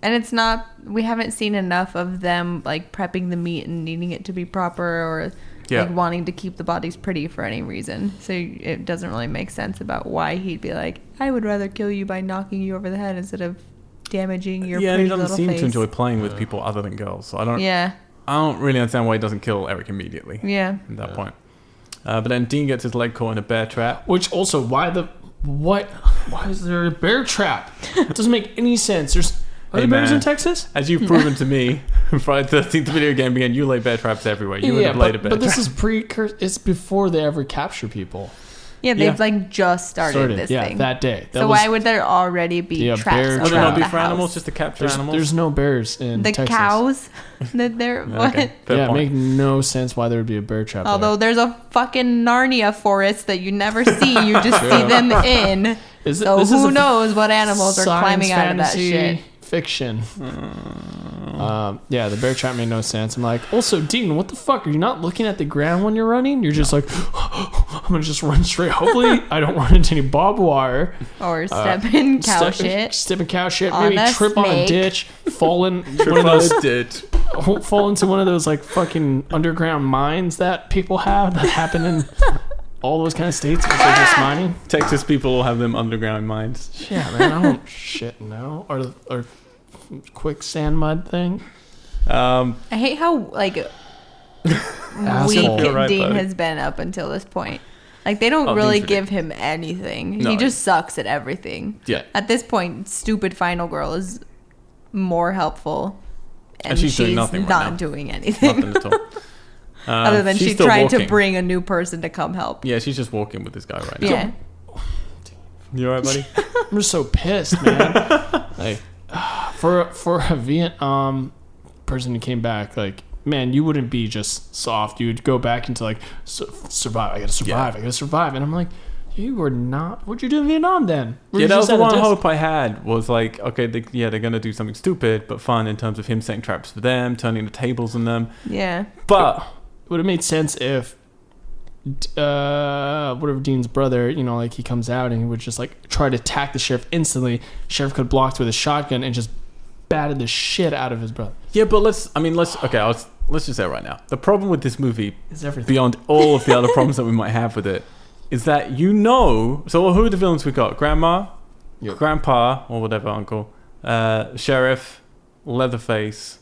B: And it's not. We haven't seen enough of them like prepping the meat and needing it to be proper, or
A: Yeah.
B: like wanting to keep the bodies pretty for any reason. So it doesn't really make sense about why he'd be like, "I would rather kill you by knocking you over the head instead of damaging your
A: yeah, and
B: pretty
A: he doesn't
B: little
A: seem
B: face."
A: to enjoy playing with people other than girls. So I don't,
B: yeah,
A: I don't really understand why he doesn't kill Eric immediately
B: yeah.
A: at that
C: Yeah.
A: point. Uh, but then Dean gets his leg caught in a bear trap.
C: Which also, why the what? Why is there a bear trap? It doesn't make any sense. There's are
A: Hey,
C: there bears
A: man.
C: in Texas?
A: As you've proven to me, Friday the 13th video game began, you lay bear traps everywhere. You would have laid a
C: but,
A: bear
C: but
A: trap.
C: this is precursor. It's before they ever capture people.
B: Yeah, they've
A: Yeah.
B: like just started, this
C: yeah,
B: thing.
C: that day. That
B: so
C: was-
B: why would there already be
C: Yeah,
B: traps?
C: bear
B: around
A: Would it not be
B: the
A: for animals,
B: house?
A: just to capture
C: there's,
A: animals?
C: there's no bears in
B: the
C: Texas.
B: cows that they're
A: Yeah, okay.
B: what?
A: Fair
C: yeah, it
A: point.
C: make no sense why there would be a bear trap.
B: Although
C: there.
B: there's a fucking Narnia forest that you never see, you just see
C: True.
B: them in.
C: Is it-
B: So
C: this is
B: who
C: a
B: knows what animals are
C: science
B: climbing out of that
C: fantasy
B: shit?
C: Fiction. Um, yeah, the bear trap made no sense. I'm like, also, Dean, what the fuck? Are you not looking at the ground when you're running? You're just like, I'm gonna just run straight. Hopefully, I don't run into any barbed wire.
A: Uh,
B: Or step in cow
C: Step-
B: shit.
C: Step in cow shit.
B: On
C: Maybe
B: a
C: trip on a
B: snake.
C: ditch, fall in one
A: Trip
C: of those,
A: on a ditch.
C: fall into one of those like fucking underground mines that people have that happen in all those kind of states because they're just mining.
A: Texas people all have them underground mines.
C: Yeah, man, I don't shit no. Or or quicksand mud thing.
A: Um,
B: I hate how like weak
C: Asshole.
A: You're right,
B: Dean
A: buddy.
B: has been up until this point. Like they don't
A: Oh,
B: really
A: Dean's
B: give him anything.
A: No.
B: he just sucks at everything.
A: yeah.
B: At this point, stupid final girl is more helpful, and,
A: she's doing nothing right
B: not
A: now.
B: doing anything
A: Nothing at all. Um,
B: other than she's,
A: still
B: trying to
A: walking.
B: bring a new person to come help.
A: Yeah, she's just walking with this guy right now.
B: Yeah.
A: You alright, buddy?
C: I'm just so pissed, man. like for for a Vietnam person who came back, like man, you wouldn't be just soft. You'd go back into like su- survive. I gotta survive. I gotta survive. And I'm like, you were not. What'd you do in Vietnam then? Were
A: yeah,
C: you
A: that was
C: just
A: the
C: at a
A: one
C: desk?
A: hope I had was like, okay, they, yeah, they're gonna do something stupid but fun in terms of him setting traps for them, turning the tables on them.
B: Yeah.
A: But
C: It would have made sense if d- uh whatever dean's brother you know like he comes out and he would just like try to attack the sheriff instantly sheriff could blocked with a shotgun and just batted the shit out of his brother
A: yeah, but let's. I mean, let's. Okay, I'll, s- let's just say it right now. The problem with this movie,
C: is everything
A: beyond all of the other problems that we might have with it, is that you know. So who are the villains we got? Grandma,
C: Yeah.
A: grandpa, or whatever, uncle, uh, sheriff, Leatherface,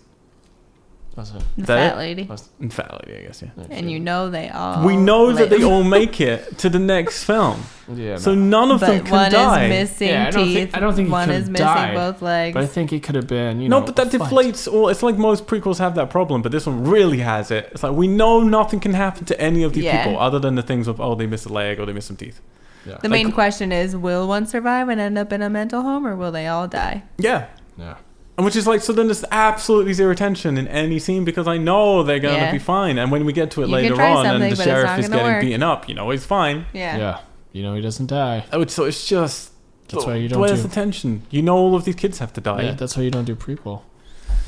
C: That's it.
B: The
A: That
B: fat
A: it?
B: lady.
A: and Fat Lady, I guess. Yeah.
B: And you know they
C: Uh,
B: all.
A: we know that they
B: live.
A: all make it to the next film,
C: yeah
A: so none of
B: but
A: them can
B: one
A: die.
B: is missing
C: Yeah, I don't
B: teeth.
C: think- I don't think he
B: one
C: could
B: is
C: have
B: missing
C: died,
B: both legs.
C: But I think it could have been, you
A: no,
C: know.
A: but that
C: a fight.
A: deflates all. It's like most prequels have that problem, but this one really has it. It's like we know nothing can happen to any of these
B: Yeah.
A: people other than the things of oh they miss a leg or they miss some teeth.
C: Yeah.
B: the main question is: Will one survive and end up in a mental home, or will they all die?
A: Yeah,
C: yeah.
A: and which is like so then there's absolutely zero tension in any scene because I know they're gonna
B: Yeah.
A: be fine. And when we get to it
B: You can
A: later
B: try
A: on and
B: something,
A: the
B: but it's
A: sheriff
B: not
A: is
B: gonna
A: getting
B: work.
A: beaten up, you know he's fine.
B: Yeah.
C: yeah. You know he doesn't die.
A: Oh, it's- so it's just oh,
C: That's why you don't
A: Where's
C: do-
A: the tension? You know all of these kids have to die.
C: Yeah, that's why you don't do prequel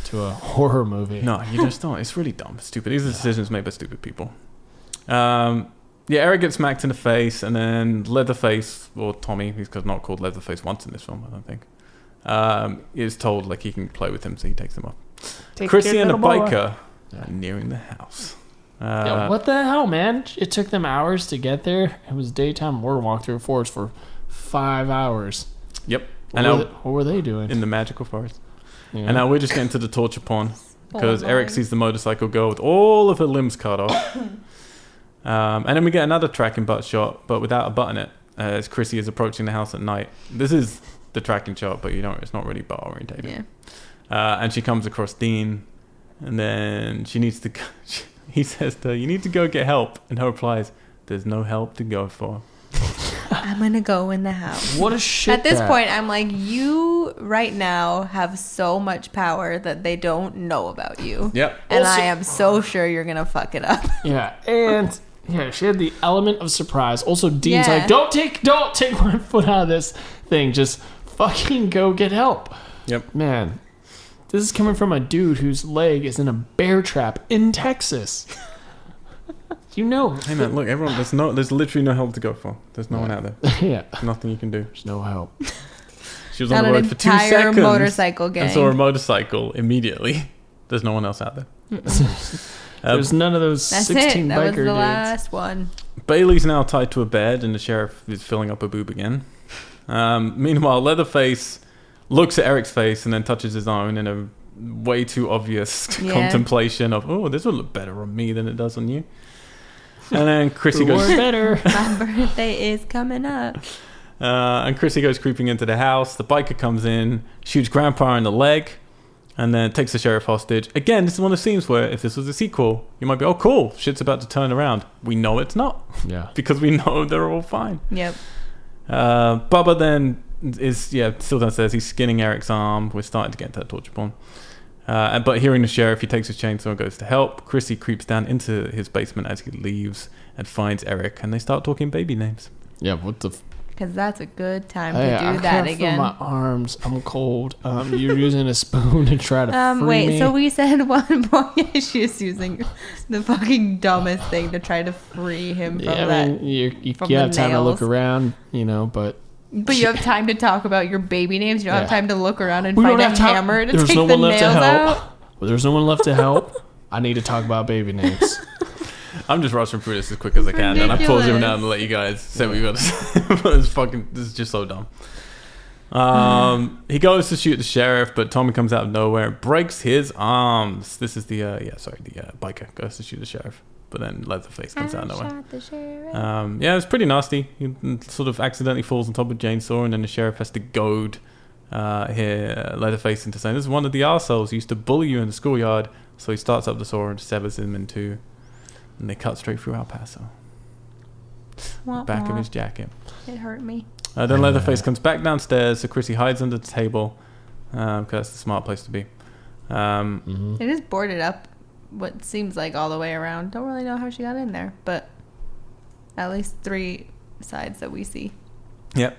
C: to a horror movie.
A: No, you just don't. It's really dumb, stupid. These are decisions made by stupid people. Um, yeah, Eric gets smacked in the face, and then Leatherface or Tommy, he's not called Leatherface once in this film, I don't think. Um, is told like he can play with him, so he takes him off. Chrissy and the biker
C: Yeah.
A: are nearing the house. Uh,
C: Yeah, what the hell, man? It took them hours to get there. It was daytime. We're walking through a forest for five hours.
A: Yep.
C: What,
A: And
C: were,
A: now
C: they, what were they doing?
A: in the magical forest.
C: You know?
A: And now we're just getting to the torture porn. because
B: Oh,
A: Eric
B: my.
A: sees the motorcycle girl with all of her limbs cut off. um, and then we get another tracking butt shot, but without a butt in it, uh, as Chrissy is approaching the house at night. This is the tracking shot, but you know it's not really butt orientated.
B: Yeah.
A: Uh, and she comes across Dean, and then she needs to. He says to her, "You need to go get help," and her replies, "There's no help to go for."
B: I I'm gonna go in the house.
C: What a shit.
B: At this
C: bag.
B: point, I'm like, you right now have so much power that they don't know about you.
A: Yep.
B: And
C: Also-
B: I am so sure you're gonna fuck it up.
C: Yeah, and yeah, she had the element of surprise. Also, Dean's
B: Yeah.
C: like, "Don't take, don't take one foot out of this thing. Just fucking go get help."
A: Yep.
C: Man, this is coming from a dude whose leg is in a bear trap in Texas. you know,
A: Hey man, look, everyone. There's no. There's literally no help to go for. There's no one out there.
C: yeah,
A: Nothing you can do.
C: there's no help.
A: She was on
B: Not
A: the
B: an
A: road for two
B: entire
A: seconds
B: motorcycle gang.
A: and saw a motorcycle immediately. There's no one else out there. Um,
C: there's none of those
B: That's
C: sixteen
B: it. That
C: biker
B: was the
C: dudes.
B: last one.
A: Bailey's now tied to a bed, and the sheriff is filling up a boob again. Um, meanwhile, Leatherface looks at Eric's face and then touches his own in a way too obvious
B: Yeah.
A: contemplation of, "Oh, this will look better on me than it does on you." And then Chrissy
C: Reward
A: goes,
C: better.
B: My birthday is coming up.
A: uh, and Chrissy goes creeping into the house. The biker comes in, shoots Grandpa in the leg, and then takes the sheriff hostage. Again, this is one of the scenes where, if this was a sequel, you might be, "Oh, cool, shit's about to turn around." We know it's not
C: yeah,
A: because we know they're all fine.
B: Yep.
A: Uh, Bubba then is yeah still downstairs. He's skinning Eric's arm. We're starting to get into that torture porn. Uh, and- but hearing the sheriff, he takes his chainsaw and goes to help. Chrissy creeps down into his basement as he leaves and finds Eric, and they start talking baby names.
C: yeah. What the? F-
B: Because that's a good time
C: Hey,
B: to do
C: I
B: that
C: can't
B: again.
C: Feel my arms. I'm cold. Um, you're using a spoon to try to
B: Um,
C: free
B: wait,
C: me.
B: so we said one point she's using the fucking dumbest thing to try to free him from
C: Yeah, I
B: that.
C: mean, you, you,
B: from
C: you
B: the
C: have time to look
B: nails.
C: around, you know, but
B: But you have time to talk about your baby names. You don't have
C: Yeah.
B: time to look around and find a hammer to
C: There's
B: take
C: no
B: the
C: one
B: nails
C: left to help.
B: out.
C: Well, there's no one left to help. I need to talk about baby names.
A: I'm just rushing through this as quick as I can, and I pause every
B: Ridiculous.
A: now and let you guys say what you got to say. but it's fucking, this is just so dumb. Um, he goes to shoot the sheriff, but Tommy comes out of nowhere and breaks his arms. This is the uh, yeah, sorry, the uh, biker goes to shoot the sheriff, but then Leatherface comes out of nowhere. Um, yeah, it's pretty nasty. He mm, sort of accidentally falls on top of Chainsaw, and then the sheriff has to goad uh, here Leatherface into saying, "This is one of the arseholes who used to bully you in the schoolyard." So he starts up the saw and severs him in two, and they cut straight through El Paso,
B: Wah,
A: back of
B: wah.
A: his jacket.
B: It hurt me.
A: Uh, then Leatherface comes back downstairs, so Chrissy hides under the table because that's the smart place to be. Um,
C: Mhm.
B: It is boarded up, what seems like all the way around. Don't really know how she got in there, but at least three sides that we see.
A: yep,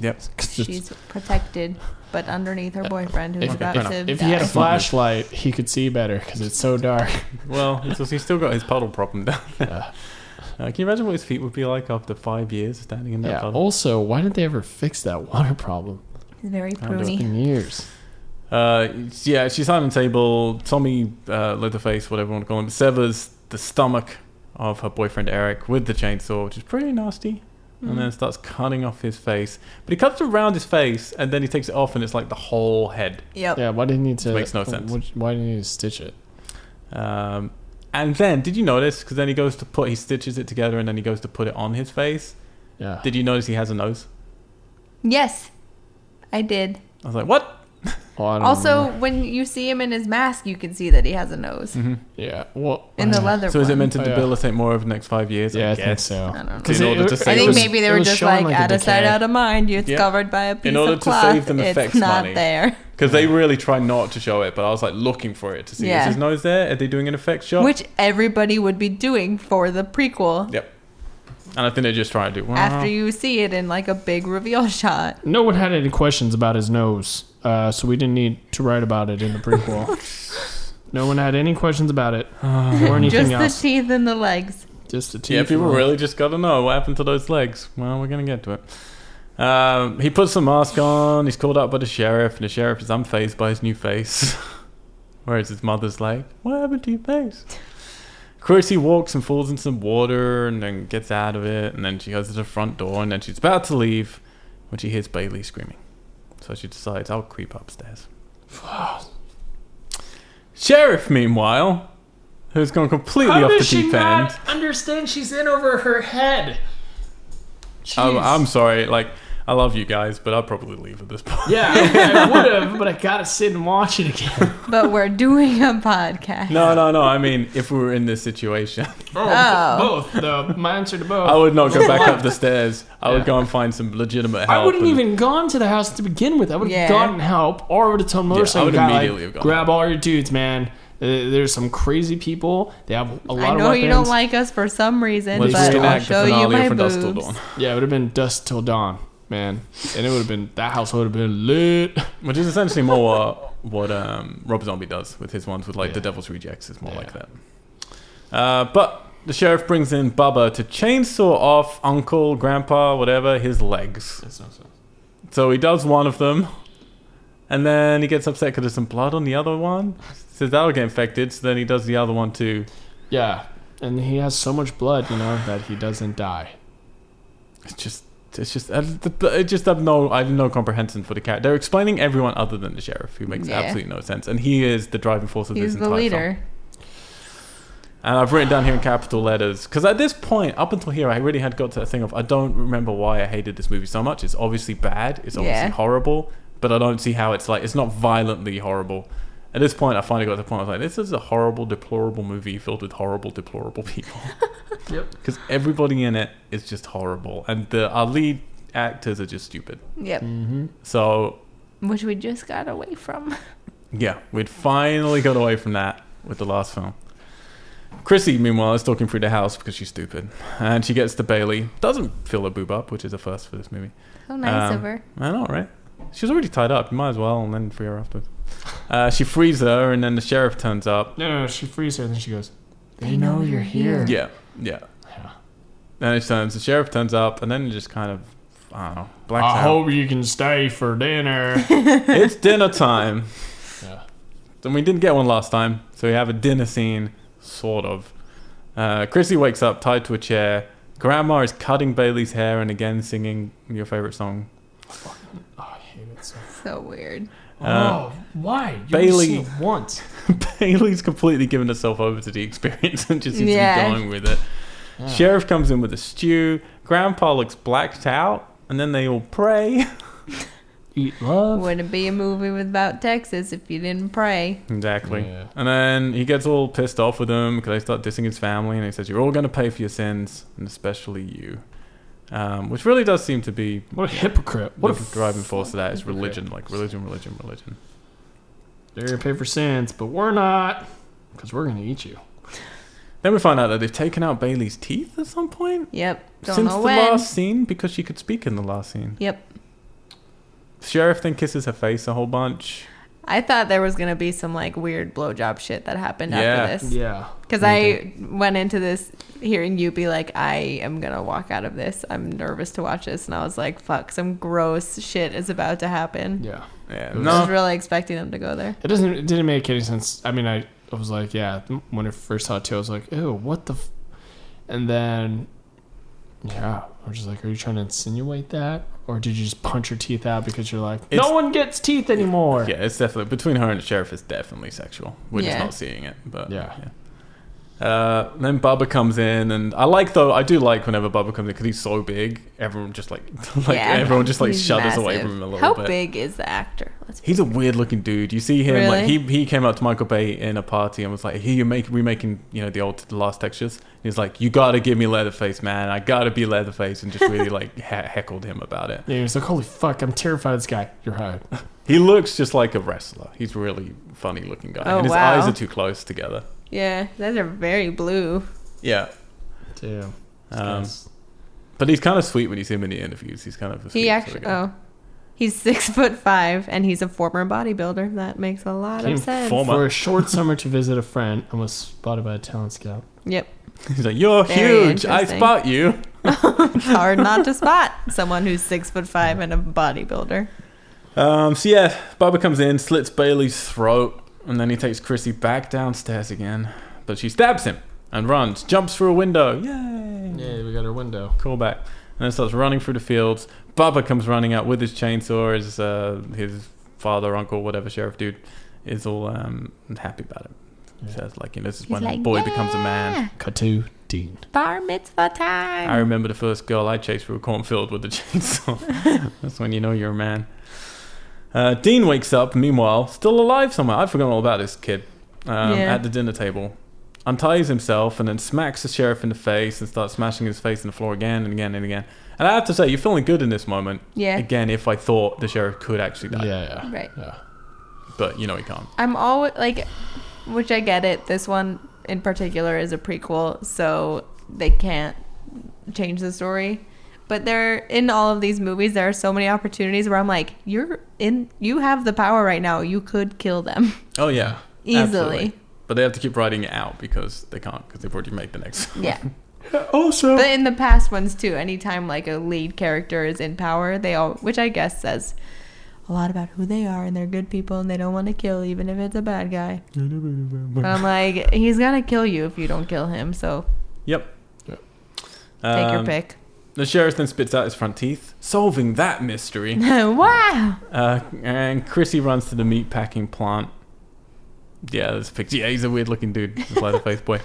A: yep.
B: She's protected, but underneath her boyfriend, who's
C: If-
B: about
A: fair
B: to.
C: If he
B: die.
C: had a
A: That's not nice.
C: flashlight, he could see better because it's so dark.
A: Well, it's just- he's still got his puddle problem down there.
C: Yeah.
A: Uh, can you imagine what his feet would be like after five years standing in that
C: yeah.
A: puddle?
C: Also, why didn't they ever fix that water problem?
B: He's very
A: do it.
B: pruny.
C: In years.
A: Uh, yeah, she's on the table. Tommy uh, Leatherface, whatever you want to call him, severs the stomach of her boyfriend Eric with the chainsaw, which is pretty nasty.
B: Mm-hmm.
A: And then starts cutting off his face, but he cuts around his face, and then he takes it off, and it's like the whole head.
B: Mm-hmm. Yep.
C: Yeah. Why didn't he need to?
A: makes no sense.
C: which- Why didn't he need to stitch it?
A: Um, and then, did you notice? Because then he goes to put, he stitches it together, and then he goes to put it on his face.
C: Yeah.
A: Did you notice he has a nose?
B: Yes, I did.
A: I was like, what?
C: Well, I don't
B: Also,
C: remember.
B: when you see him in his mask, you can see that he has a nose
C: yeah. Well,
B: in the
C: uh,
B: leather.
A: So is it meant to
C: Oh, yeah.
A: debilitate more over the next five years?
C: Yeah, I, think
A: guess.
C: so.
B: I don't know.
A: 'Cause in order to
B: I
A: save
B: think
A: was-
B: maybe they
C: it
B: were
C: was
B: just
C: shown
B: like,
C: a
B: out of sight,
C: decay.
B: out of mind. It's
A: Yeah.
B: covered by a piece
A: order
B: of
A: to
B: cloth.
A: save them
B: it's
A: effects
B: not
A: money.
B: there.
A: Because they really try not to show it, but I was like looking for it to see
B: Yeah.
A: is his nose there? Are they doing an effect shot?
B: Which everybody would be doing for the prequel
A: yep. And I think they're just trying to do
C: Uh-huh.
A: wow.
B: after you see it in like a big reveal shot.
C: No one had any questions about his nose, uh, so we didn't need to write about it in the prequel. no one had any questions about it or anything
B: Just the
C: else.
B: teeth and the legs.
C: just the teeth.
A: Yeah, people
C: alone.
A: really just got to know what happened to those legs. Well, we're gonna get to it. Um, he puts the mask on. He's called up by the sheriff, and the sheriff is unfazed by his new face. Whereas his mother's like, "What happened to your face?" Chrissy walks and falls in some water, and then gets out of it. And then she goes to the front door, and then she's about to leave when she hears Bailey screaming. So she decides, "I'll creep upstairs." sheriff, meanwhile, who's gone completely
C: How
A: off the
C: does she
A: deep end.
C: not understand she's in over her head?
A: I'm, I'm Um, sorry. Like, I love you guys, but I'll probably leave at this point.
C: Yeah, I would have, but I gotta sit and watch it again.
B: But we're doing a podcast.
A: No, no, no. I mean, if we were in this situation,
B: Oh.
C: both. Though my answer to both.
A: I would not go back up the stairs. I
C: Yeah.
A: would go and find some legitimate help.
C: I wouldn't
A: and-
C: even gone to the house to begin with. I would
B: Yeah.
C: have gotten help, or I would have told
A: I
C: motorcycle
A: would
C: guy,
A: immediately have
C: like,
A: gone.
C: grab all your dudes, man. Uh, there's some crazy people. They have a lot
B: I
C: of
B: know
C: weapons.
B: you don't like us for some reason,
A: Let's
B: but I'll
A: reenact the
B: show you
A: finale
B: my
A: from Dusk Till
B: boobs.
A: Dawn.
C: Yeah, it would have been dusk till dawn, man. And it would have been that house would have been lit.
A: Which is essentially more uh, what um, Rob Zombie does with his ones with like
C: Yeah.
A: the Devil's Rejects. It's more like
C: Yeah.
A: that. Uh, but the sheriff brings in Bubba to chainsaw off Uncle, Grandpa, whatever, his legs.
C: That's not so.
A: So he does one of them, and then he gets upset because there's some blood on the other one. Says that'll get infected. So then he does the other one too.
C: Yeah, and he has so much blood, you know, that he doesn't die.
A: It's just. It's just, uh, I, I just have no, I have no comprehension for the character. They're explaining everyone other than the sheriff, who makes
B: Yeah.
A: absolutely no sense, and he is the driving force of
B: He's
A: this
B: the
A: entire film.
B: leader.
A: And I've written down here in capital letters because at this point, up until here, I really had got to that thing of I don't remember why I hated this movie so much. It's obviously bad. It's obviously
B: Yeah.
A: horrible, but I don't see how it's like it's not violently horrible. At this point, I finally got to the point. I was like, this is a horrible, deplorable movie filled with horrible, deplorable people
C: Yep.
A: because everybody in it is just horrible, and the our lead actors are just stupid.
B: Yep.
C: Mm-hmm.
A: So
B: Which we just got away from.
A: yeah, we'd finally got away from that with the last film. Chrissy, meanwhile, is talking through the house because she's stupid. And she gets to Bailey. Doesn't fill her boob up, which is a first for this movie.
B: How nice
A: Um,
B: of her.
A: I know, right? She was already tied up. You might as well, and then free her afterwards. Uh, she frees her, and then the sheriff turns up.
C: No, no, no, she frees her, and then she goes.
B: They know you're here."
A: Yeah, yeah.
C: Yeah.
A: Then it turns, the sheriff turns up, and then it just kind of, I don't know, blacks
C: I
A: out.
C: hope you can stay for dinner.
A: it's dinner time.
C: Yeah.
A: And we didn't get one last time, so we have a dinner scene, sort of. Uh, Chrissy wakes up tied to a chair. Grandma is cutting Bailey's hair and again singing your favorite song.
C: Oh, I hate it so.
B: So weird.
A: Uh,
C: oh, why? You
A: Bailey-
C: Bailey it once.
A: Bailey's completely given herself over to the experience and just seems
B: Yeah.
A: to be going with it.
C: Yeah.
A: Sheriff comes in with a stew. Grandpa looks blacked out, and then they all pray.
C: Eat love.
B: Wouldn't be a movie without Texas if you didn't pray.
A: Exactly.
C: Yeah.
A: And then he gets all pissed off with them because they start dissing his family, and he says, "You're all going to pay for your sins, and especially you," um, which really does seem to be
C: What a hypocrite.
A: what
C: What a
A: the
C: f-
A: driving force of that is religion, like religion, religion, religion.
C: They're gonna pay for sins, but we're not, because we're gonna eat you.
A: Then we find out that they've taken out Bailey's teeth at some point
B: Yep. Don't
A: since
B: know
A: the
B: when.
A: last scene because she could speak in the last scene.
B: Yep.
A: Sheriff then kisses her face a whole bunch.
B: I thought there was gonna be some like weird blowjob shit that happened
A: Yeah.
B: after this.
C: Yeah.
B: Because I went into this hearing you be like, I am going to walk out of this. I'm nervous to watch this. And I was like, fuck, some gross shit is about to happen.
C: Yeah.
A: Yeah,
B: I was
A: no,
B: really expecting them to go there.
C: It doesn't. It didn't make any sense. I mean, I, I was like, yeah. When I first saw it too, I was like, ew, what the. F-? And then, yeah, I was just like, are you trying to insinuate that, or did you just punch your teeth out because you're like,
A: It's-
C: no one gets teeth anymore?
A: yeah, it's definitely between her and the sheriff is definitely sexual. We're just
B: Yeah.
A: not seeing it, but
C: Yeah.
A: yeah. Uh, then Bubba comes in, and I like though I do like whenever Bubba comes in because he's so big. Everyone just like, like
B: Yeah.
A: everyone just like
B: He's
A: shudders away
B: massive.
A: from him a little
B: How
A: bit.
B: big is the actor? Let's
A: He's a weird looking dude. You see him like
B: Really?
A: he he came up to Michael Bay in a party and was like, "Here you make we making you know the old the last textures." And he's like, "You gotta give me Leatherface, man. I gotta be Leatherface," and just really like he- heckled him about it.
C: Yeah, he was like, holy fuck, I'm terrified of this guy. You're hired.
A: He looks just like a wrestler. He's a really funny looking guy,
B: Oh,
A: and his
B: wow.
A: eyes are too close together.
B: yeah, those are very blue.
A: Yeah,
C: Damn.
A: um, but he's kind of sweet when you see him in the interviews. He's kind of a sweet
B: He
A: sort
B: actually,
A: of guy.
B: oh, he's six foot five and he's a former bodybuilder. That makes a lot
C: Came
B: of sense.
A: former.
C: For a short summer to visit a friend and was spotted by a talent scout.
B: Yep.
A: he's like, "You're
B: oh. Very
A: huge. I
B: interesting.
A: spot you."
B: It's hard not to spot someone who's six foot five and a bodybuilder.
A: Um, so yeah, Bubba comes in, slits Bailey's throat, and then he takes Chrissy back downstairs again. But she stabs him and runs, jumps through a window. Yay!
C: Yeah, we got our window.
A: Call back. And then starts running through the fields. Bubba comes running out with his chainsaw. His uh, his father, uncle, whatever sheriff dude is all um, happy about it.
C: Yeah.
A: says like you know this is
B: He's
A: when
B: like,
A: a boy becomes a man.
B: "Yeah,
C: Katu Dean.
B: Bar mitzvah
A: I
B: time.
A: remember the first girl I chased through a cornfield with a chainsaw. That's when you know you're a man. Uh, Dean wakes up, meanwhile, still alive somewhere. I've forgotten all about this kid um,
B: Yeah.
A: at the dinner table. Unties himself and then smacks the sheriff in the face and starts smashing his face in the floor again and again and again. And I have to say, you're feeling good in this moment.
B: yeah.
A: Again, if I thought the sheriff could actually
C: Yeah,
A: die,
C: yeah.
B: Right.
C: Yeah.
A: but you know he can't.
B: I'm always like, which I get it. This one in particular is a prequel, so they can't change the story. But there, in all of these movies, there are so many opportunities where I'm like, you're in, you have the power right now. You could kill them
A: Oh yeah,
B: easily.
A: Absolutely. But they have to keep writing it out because they can't because they've already made the next. one.
B: Yeah.
C: Also,
B: But in the past ones too, anytime like a lead character is in power, they all, which I guess says a lot about who they are and they're good people and they don't want to kill even if it's a bad guy. But I'm like, he's gonna kill you if you don't kill him. So take your
A: Um,
B: pick.
A: The sheriff then spits out his front teeth, solving that mystery.
B: wow.
A: Uh, and Chrissy runs to the meat packing plant. Yeah, there's a picture. Yeah, he's a weird looking dude, the Leatherface boy.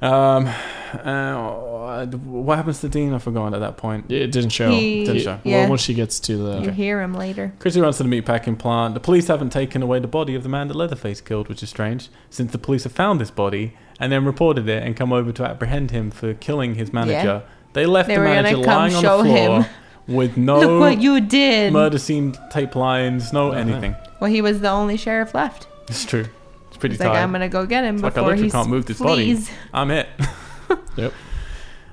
A: Um, uh, what happens to Dean? I forgot at that point.
C: it didn't show.
B: He-
A: Didn't show.
B: yeah.
C: Well, once she gets to the.
B: You hear him later.
A: Chrissy runs to the meat packing plant. The police haven't taken away the body of the man that Leatherface killed, which is strange, since the police have found this body and then reported it and come over to apprehend him for killing his manager. They left
B: They
A: the
B: were gonna
A: manager
B: come
A: lying on
B: show
A: the floor
B: him.
A: with no
B: Look what you did.
A: murder scene tape lines, no
C: Uh-huh.
A: anything.
B: Well, he was the only sheriff left.
A: It's true. It's pretty
B: He's
A: tight.
B: like, I'm gonna go get him
A: It's like I
B: before
A: literally
B: he
A: can't move this body.
B: flees.
A: I'm it.
C: Yep.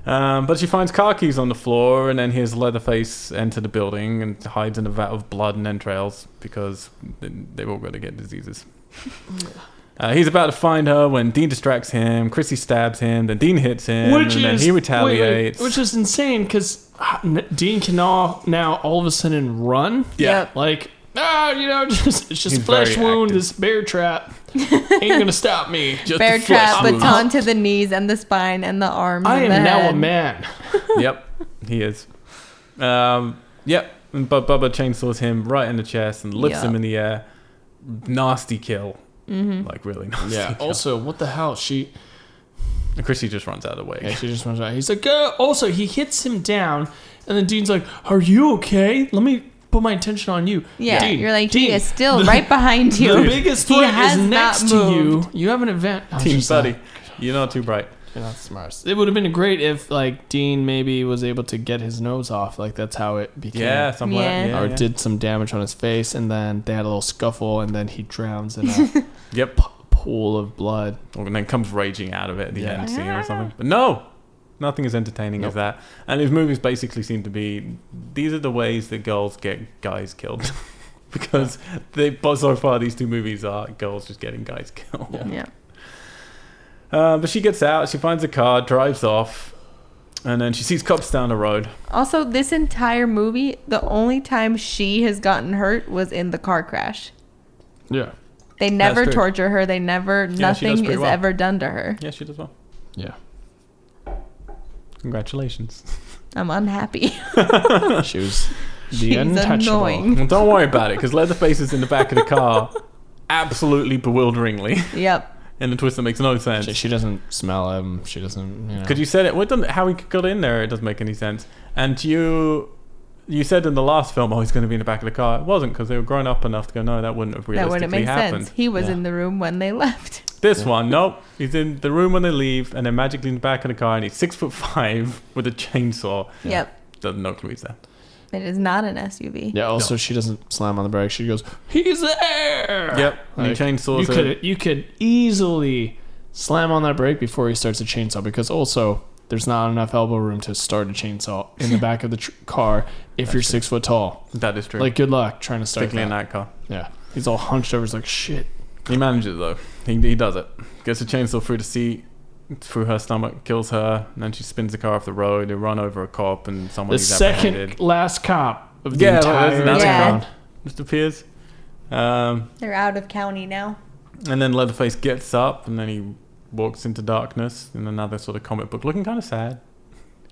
A: Um, but she finds car keys on the floor, and then hears Leatherface enter the building and hides in a vat of blood and entrails because they- they've all got to get diseases. Uh, he's about to find her when Dean distracts him. Chrissy stabs him. Then Dean hits him,
C: Which
A: and then
C: is,
A: he
C: wait, wait,
A: retaliates.
C: which is insane because Dean can now, now all of a sudden run.
A: yeah,
C: Like, ah, you know, just, it's just
A: He's
C: flesh
A: very
C: wound,
A: active.
C: this bear trap. Ain't going to stop me.
A: Just
B: Bear
A: a flesh
B: trap,
A: wound.
B: but on to the knees and the spine and the arms.
C: I
B: and the
C: am now a
B: head.
C: man.
A: yep, he is. Um, yep, and Bu- Bubba chainsaws him right in the chest and lifts
B: Yeah.
A: him in the air. Nasty kill, like really nasty.
C: Yeah.
A: kill.
C: Also, what the hell? She
A: And Chrissy just runs out of the way.
C: yeah, she just runs out. He's like, uh, also, he hits him down, and then Dean's like, "Are you okay? Let me put my attention on you."
B: Yeah,
C: Dean,
B: you're like
C: Dean,
B: he is still
C: the-
B: right behind you.
C: The biggest
B: He
C: threat
B: has
C: is
B: not
C: next to you. You have an event. I was
A: Team
C: just like,
A: buddy, you're not too bright.
C: You're not smart. It would have been great if like Dean maybe was able to get his nose off. Like that's how it became.
A: Yeah, something like
B: Yeah.
A: that. Yeah,
C: or
A: yeah.
C: did some damage on his face, and then they had a little scuffle, and then he drowns in a p-
A: Yep.
C: pool of blood.
A: And then comes raging out of it at the
C: Yeah.
A: end scene or something. But no, nothing as entertaining as that. And his movies basically seem to be these are the ways that girls get guys killed. because they, but so far, these two movies are girls just getting guys killed.
B: yeah.
A: Uh, but she gets out, she finds a car, drives off, and then she sees cops down the road.
B: Also, this entire movie, the only time she has gotten hurt was in the car crash.
C: Yeah,
B: They never
A: true.
B: torture her. They never.
A: does
B: nothing
A: pretty
B: is
A: well.
B: ever done to her.
A: Yeah, she does well.
C: yeah.
A: Congratulations.
B: I'm unhappy.
C: She was the
B: She's
C: untouchable.
B: annoying.
A: Well, don't worry about it, because Leatherface is in the back of the car, absolutely bewilderingly,
B: Yep.
A: in a twist that makes no
C: She,
A: sense.
C: she doesn't smell him. She doesn't. You know.
A: Because you said it, well, it doesn't, how he got in there, it doesn't make any sense. And you, you said in the last film, oh, he's going to be in the back of the car. It wasn't because they were grown up enough to go, no, that wouldn't have
B: That
A: realistically
B: wouldn't make
A: happened.
B: sense. He was
C: Yeah.
B: in the room when they left.
A: This one, nope. He's in the room when they leave, and then magically in the back of the car, and he's six foot five with a chainsaw.
C: Yeah.
B: Yep.
A: Doesn't know clue he's there.
B: It is not an SUV.
C: Yeah. Also, she doesn't slam on the brake. She goes, "He's there."
A: Yep. and he
C: Like, you
A: chainsaws it.
C: could you could easily slam on that brake before he starts a chainsaw because also there's not enough elbow room to start a chainsaw in the back of the tr- car if you're six foot tall.
A: That is true.
C: Like, good luck trying to start
A: particularly in
C: that.
A: that car.
C: Yeah, he's all hunched over. He's like, "Shit."
A: He manages it, though. He, he does it. Gets a chainsaw through the seat, through her stomach, kills her, and then she spins the car off the road. They run over a cop and someone
C: The
A: who's
C: second
A: apprehended.
C: last cop of the
A: Yeah, that- that's
C: entire
A: another
B: Yeah.
C: town.
A: Just appears. Um,
B: They're out of county now.
A: and then Leatherface gets up and then he walks into darkness in another sort of comic book, looking kind of sad.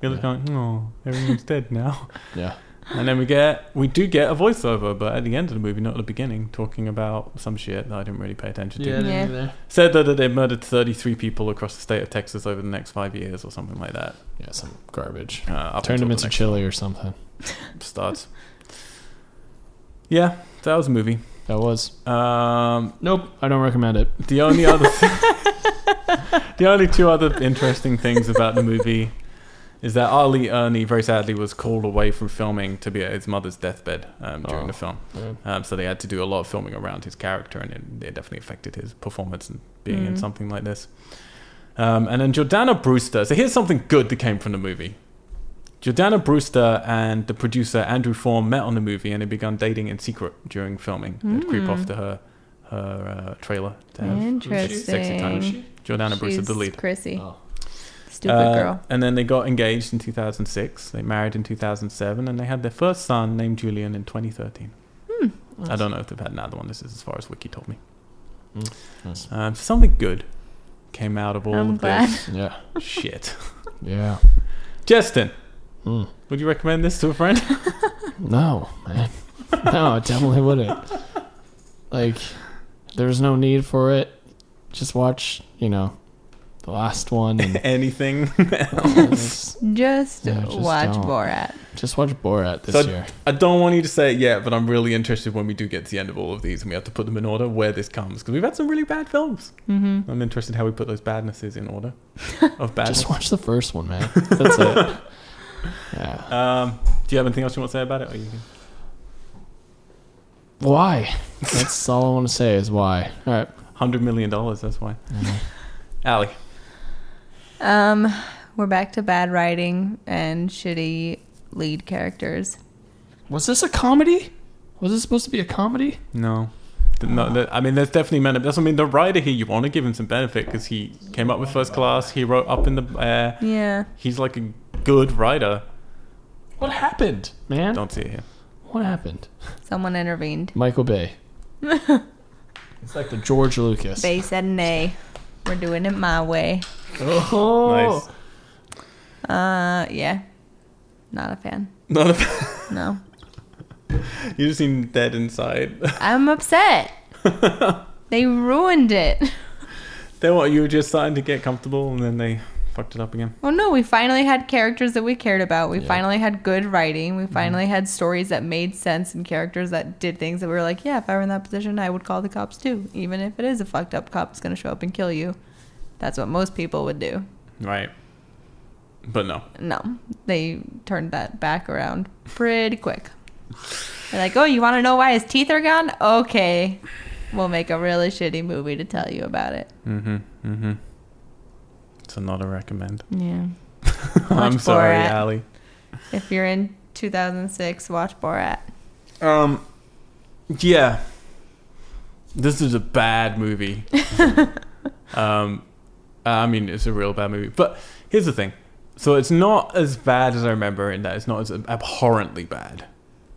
A: He looks
C: Yeah.
A: kind of, oh, everyone's dead now.
C: Yeah,
A: And then we get we do get a voiceover, but at the end of the movie, not at the beginning, talking about some shit that I didn't really pay attention to.
C: Yeah,
B: Yeah.
C: yeah.
A: Said that they murdered 33 people across the state of Texas over the next five years or something like that.
C: yeah, some garbage.
A: Uh, up until
C: Turned him
A: the
C: into
A: next
C: chili or something.
A: Starts. Yeah, that was a movie.
C: That was.
A: Um,
C: Nope, I don't recommend it.
A: the only other, the only two other interesting things about the movie is that Ali Ernie very sadly was called away from filming to be at his mother's deathbed um, during
C: Oh.
A: the film.
C: Yeah.
A: Um, so they had to do a lot of filming around his character, and it, it definitely affected his performance and being in
B: Mm.
A: something like this. Um, and then Jordana Brewster. So here's something good that came from the movie. Jordana Brewster and the producer Andrew Form met on the movie, and they began dating in secret during filming. They'd creep off to her her uh, trailer to have sexy time.
B: Interesting.
A: Jordana Brewster, the
B: She's
A: lead.
B: Chrissy.
C: Oh.
B: Stupid
A: Uh,
B: girl.
A: And then they got engaged in 2006. They married in 2007, and they had their first son named Julian in 2013.
B: Hmm,
A: I don't know if they've had another one. This is as far as Wiki told me.
C: Mm, Nice.
A: Um, something good came out of all
B: I'm
A: of
B: glad.
A: this
C: Yeah.
A: shit.
C: Yeah.
A: Justin,
C: Hmm.
A: would you recommend this to a friend?
C: No, man. No, I definitely wouldn't. Like, there's no need for it. Just watch, you know, the last one and
A: Anything?
C: just,
B: Just,
C: Yeah, just
B: watch
C: don't.
B: Borat.
C: just watch Borat this
A: So-
C: year.
A: I don't want you to say it yet, but I'm really interested when we do get to the end of all of these and we have to put them in order where this comes because we've had some really bad films.
B: Mm-hmm.
A: I'm interested how we put those badnesses in order of badness.
C: Just watch the first one, man. That's it. Yeah.
A: Um, do you have anything else you want to say about it? Or you can-
C: Why? That's all I want to say is why. All right.
A: Hundred million dollars. That's why. Ali,
B: Um, we're back to bad writing and shitty lead characters.
C: Was this a comedy? Was this supposed to be a comedy?
A: no. The- No, the- I mean, there's definitely men. That's what I mean. The writer here, you want to give him some benefit because he came up with first class. He wrote up in the air.
B: Yeah.
A: He's like a good writer.
C: What happened, man?
A: Don't see it here.
C: What happened?
B: Someone intervened.
C: Michael Bay. it's like the George Lucas.
B: Bay said nay. We're doing it my way.
C: Oh,
B: Uh, yeah. Not a fan.
A: Not a,
B: No.
A: you just seem dead inside.
B: I'm upset. they ruined it.
A: then what? You were just starting to get comfortable, and then they fucked it up again.
B: Well, no, we finally had characters that we cared about. We
C: Yeah.
B: finally had good writing. We finally had stories that made sense and characters that did things that we were like, yeah, if I were in that position, I would call the cops too. Even if it is a fucked up cop that's going to show up and kill you. That's what most people would do.
A: Right. But no.
B: No, they turned that back around pretty quick. They're like, oh, you want to know why his teeth are gone? Okay. We'll make a really shitty movie to tell you about it.
A: Mm-hmm. Mm-hmm. It's not a recommend.
B: Yeah.
A: I'm sorry,
B: Borat.
A: Ali.
B: If you're in 2006, watch Borat.
A: Um, yeah. This is a bad movie. um, I mean, it's a real bad movie. But here's the thing. So it's not as bad as I remember in that it's not as abhorrently bad.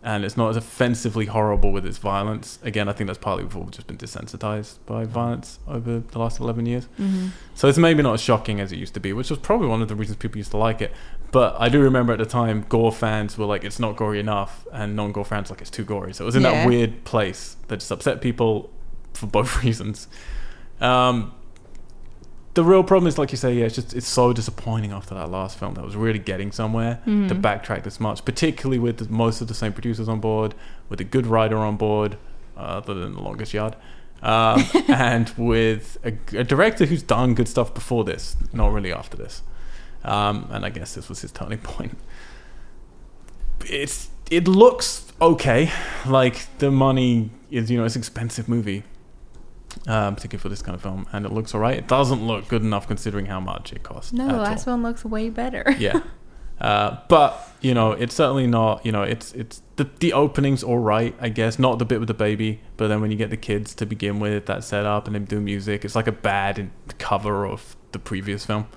A: And it's not as offensively horrible with its violence. Again, I think that's partly we've all just been desensitized by violence over the last 11 years. So it's maybe not as shocking as it used to be, which was probably one of the reasons people used to like it. But I do remember at the time, gore fans were like, it's not gory enough, and non gore fans like, it's too gory. So it was in
B: Yeah.
A: that weird place that just upset people for both reasons. Um, the real problem is, like you say, yeah, it's just it's so disappointing after that last film that was really getting somewhere to backtrack this much, particularly with the- most of the same producers on board, with a good writer on board, uh, other than the longest yard, um, and with a, g- a director who's done good stuff before this, not really after this. Um, and I guess this was his turning point. It's it looks okay, like the money is you know it's an expensive movie um, particularly for this kind of film, and it looks alright. It doesn't look good enough considering how much it cost.
B: No,
A: at
B: the
A: all.
B: last one looks way better.
A: yeah, uh, but you know, it's certainly not. You know, it's it's the the opening's alright, I guess. Not the bit with the baby, but then when you get the kids to begin with, that setup and them do music, it's like a bad in- cover of the previous film.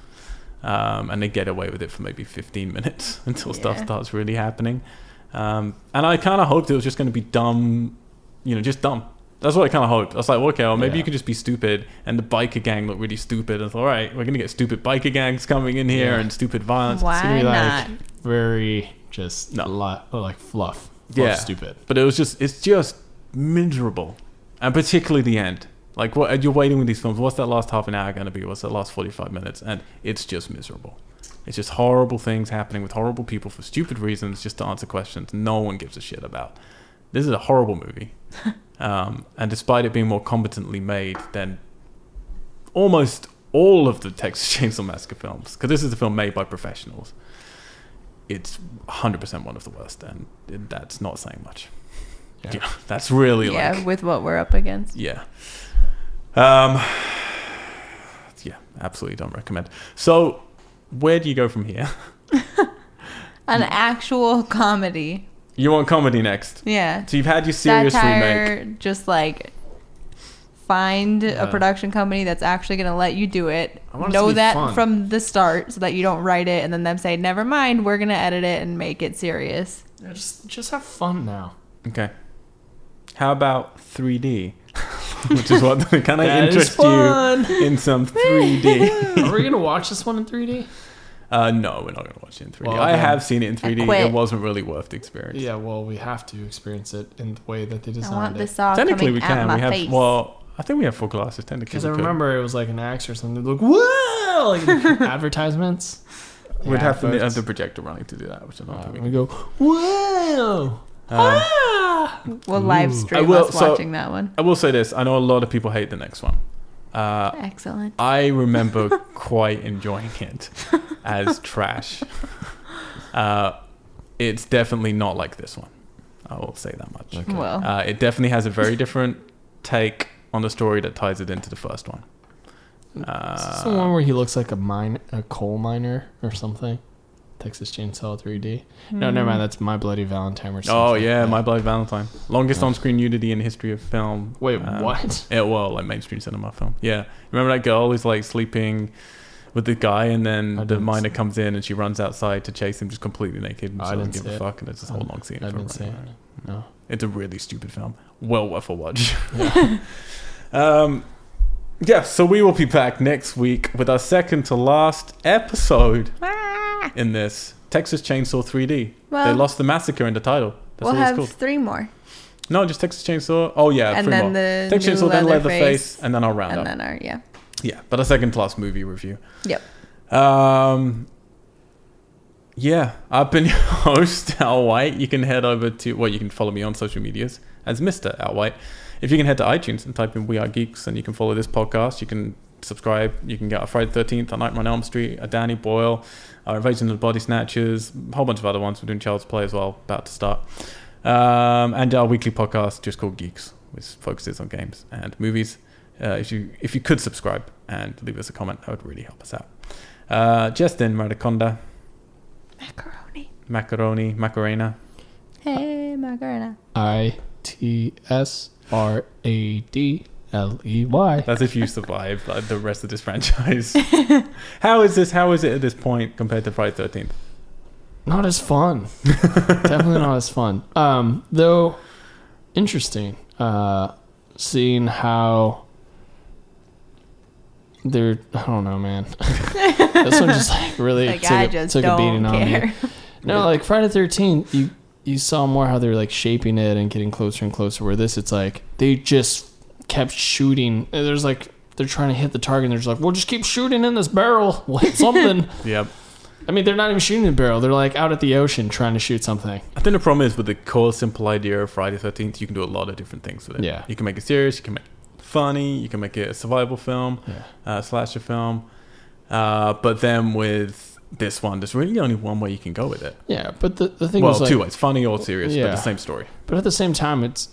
A: Um, and they get away with it for maybe 15 minutes until stuff
B: Yeah.
A: starts really happening. Um, and I kind of hoped it was just going to be dumb, you know, just dumb. That's what I kind of hoped. I was like, okay, well, maybe
C: Yeah.
A: you can just be stupid. And the biker gang looked really stupid. I was like, all right, we're going to get stupid biker gangs coming in here
C: Yeah.
A: and stupid violence.
C: It's gonna
B: Why
C: be
B: not?
C: like very just
A: No.
C: li- like fluff. fluff
A: Yeah.
C: stupid.
A: But it was just it's just miserable, and particularly the end. Like what you're waiting with these films. What's that last half an hour going to be? What's that last 45 minutes? And it's just miserable. It's just horrible things happening with horrible people for stupid reasons, just to answer questions no one gives a shit about. This is a horrible movie, um, and despite it being more competently made than almost all of the Texas Chainsaw Massacre films, because this is a film made by professionals, it's 100% one of the worst, and that's not saying much.
C: Yeah.
A: Yeah, that's really
B: yeah,
A: like
B: with what we're up against.
A: yeah. Um, yeah, absolutely don't recommend. So, where do you go from here? Mm.
B: An actual comedy.
A: You want comedy next?
B: Yeah.
A: So you've had your serious remake.
B: Satire, just like find
C: Yeah.
B: a production company that's actually going to let you do it.
C: I want it to
B: Know
C: be
B: that
C: fun.
B: from the start so that you don't write it and then them say, never mind, we're going to edit it and make it serious.
C: Yeah, just just have fun now.
A: Okay. How about 3D? Which is what can I
C: That is
A: interest
C: fun.
A: you in some 3D?
C: Are we gonna watch this one in 3D?
A: Uh, no, we're not going to watch it in 3D.
C: Well,
A: I
C: then-
A: have seen it in 3D. It
B: quit.
A: wasn't really worth the experience.
C: Yeah, well, we have to experience it in the way that they
B: I want
C: designed
B: the
C: it.
B: saw
A: Technically,
B: coming
A: we
B: out
A: can.
B: my
A: We have
B: face.
A: well, I think we have full glasses. Technically,
C: Because I
A: we could.
C: remember it was like an axe or something. Like whoa, like the advertisements.
A: we'd have to
C: Adverts.
A: have the projector running to do that, which I don't
C: Uh,
A: think we
C: and we go whoa. Ah!
A: Um,
B: We'll live
C: Ooh.
A: I
B: stream
A: will-
B: us
A: so-
B: watching that one.
A: I will say this: I know a lot of people hate the next one. Uh,
B: Excellent.
A: I remember quite enjoying it as trash. Uh, it's definitely not like this one. I will say that much.
C: Okay.
B: Well,
A: Uh, it definitely has a very different take on the story that ties it into the first one. Uh,
C: Is this
B: Uh,
C: the one where he looks like a mine, a coal miner or something? Texas Chainsaw 3D. No, never
B: Hmm.
C: mind. That's My Bloody Valentine or something.
A: Oh yeah, My Bloody Valentine, longest on-screen nudity in the history of film.
C: Wait,
A: Um,
C: what?
A: Yeah, well, like mainstream cinema film. Yeah, remember that girl who's like sleeping with the guy, and then
C: I
A: the
C: didn't
A: miner
C: see-
A: comes in and she runs outside to chase him, just completely naked. And
C: I
A: she doesn't
C: didn't
A: give
C: see
A: a
C: it.
A: fuck, and it's this whole long scene.
C: I
A: of her
C: didn't see
A: running
C: it.
A: around.
C: No.
A: It's a really stupid film. Well worth a watch. um, yeah, so we will be back next week with our second to last episode
B: Ah.
A: in this Texas Chainsaw 3D. they
B: Well-
A: lost the massacre in the title. That's
B: we'll
A: all it's
B: have
A: called.
B: three more.
A: No, just Texas Chainsaw. Oh yeah,
B: And
A: three
B: then
A: more.
B: the
A: Texas
B: new
A: Chainsaw, then
B: Leatherface,
A: Leatherface, and then I'll round
B: And
A: up.
B: then our, yeah.
A: Yeah, but a second class movie review.
B: Yep.
A: Um, yeah, I've been your host, Al White. You can head over to, well, you can follow me on social medias as Mr. Al White. If you can head to iTunes and type in We Are Geeks and you can follow this podcast, you can subscribe. You can get our Friday 13th, A Nightmare on Elm Street, a Danny Boyle, our Invasion of the Body Snatchers, a whole bunch of other ones. We're doing Child's Play as well, about to start. Um, and our weekly podcast, just called Geeks, which focuses on games and movies. Uh, if you if you could subscribe and leave us a comment, that would really help us out. Uh, Justin Maraconda,
B: Macaroni.
A: Macaroni, Macarena.
B: Hey, Macarena.
C: I T S R A D L E Y.
A: That's if you survive like, the rest of this franchise. how is this? How is it at this point compared to Friday Thirteenth?
C: Not as fun. Definitely not as fun. Um, though interesting. Uh, seeing how they're I don't know, man. this one just like really
B: Like,
C: took,
B: I
C: a-
B: just
C: took a beating
B: don't
C: on me.
B: care.
C: No, like Friday Thirteenth, you you saw more how they're like shaping it and getting closer and closer. Where this, it's like they just kept shooting. And There's like they're trying to hit the target. and They're just like, we'll just keep shooting in this barrel, like something.
A: Yep.
C: I mean, they're not even shooting in the barrel. They're like out at the ocean trying to shoot something.
A: I think the problem is with the core simple idea of Friday Thirteenth, you can do a lot of different things with it.
C: Yeah.
A: You can make it serious. You can make it funny. You can make it a survival film,
C: Yeah.
A: uh, slasher film. Uh, but then with this one, there's really only one way you can go with it.
C: Yeah, but the the thing
A: well,
C: was like,
A: two ways: funny or serious, but
C: Yeah.
A: the same story.
C: But at the same time, it's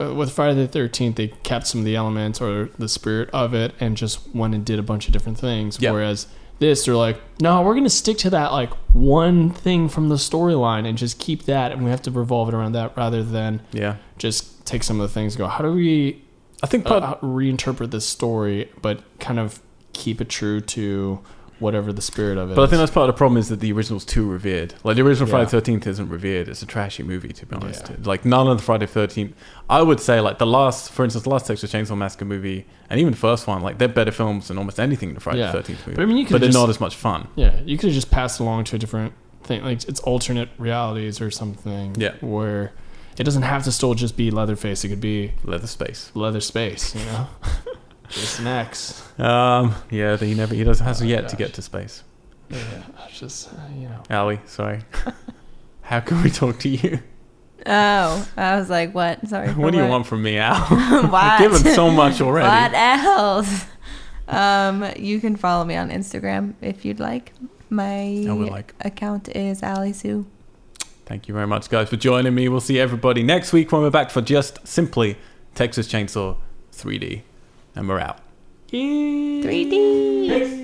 C: uh, with Friday the Thirteenth. They kept some of the elements or the spirit of it, and just went and did a bunch of different things.
A: Yeah.
C: Whereas this, they're like, no, we're gonna stick to that like one thing from the storyline and just keep that, and we have to revolve it around that rather than
A: Yeah.
C: just take some of the things. and Go, how do we
A: I think part,
C: uh, reinterpret this story, but kind of keep it true to whatever the spirit of it.
A: But I
C: is.
A: think that's part of the problem is that the original's too revered. Like the original
C: Yeah.
A: Friday Thirteenth isn't revered. It's a trashy movie, to be honest.
C: Yeah.
A: Like none of the Friday Thirteenth. I would say like the last, for instance, the last Texas Chainsaw Massacre movie, and even the first one, like they're better films than almost anything in the Friday
C: Yeah.
A: Thirteenth movie.
C: But I mean, you could
A: they're
C: just-
A: not as much fun.
C: yeah, you could have just passed along to a different thing. Like it's alternate realities or something.
A: Yeah.
C: Where it doesn't have to still just be Leatherface. It could be
A: Leather space.
C: Leather Space. You know. Jason X.
A: Um, yeah, he never. He does has
C: Oh,
A: yet to
C: gosh.
A: get to space.
C: Yeah. It's just uh, you know.
A: Ali, sorry. How can we talk to you?
B: Oh, I was like, what? Sorry.
A: What
B: for
A: do you want from me, Al?
B: what?
A: I've given so much already.
B: What else? Um, you can follow me on Instagram if you'd like. My
A: I would like.
B: account is Ali Sue.
A: Thank you very much, guys, for joining me. We'll see everybody next week when we're back for just simply Texas Chainsaw 3D, and we're out.
B: 3D.
A: Peace.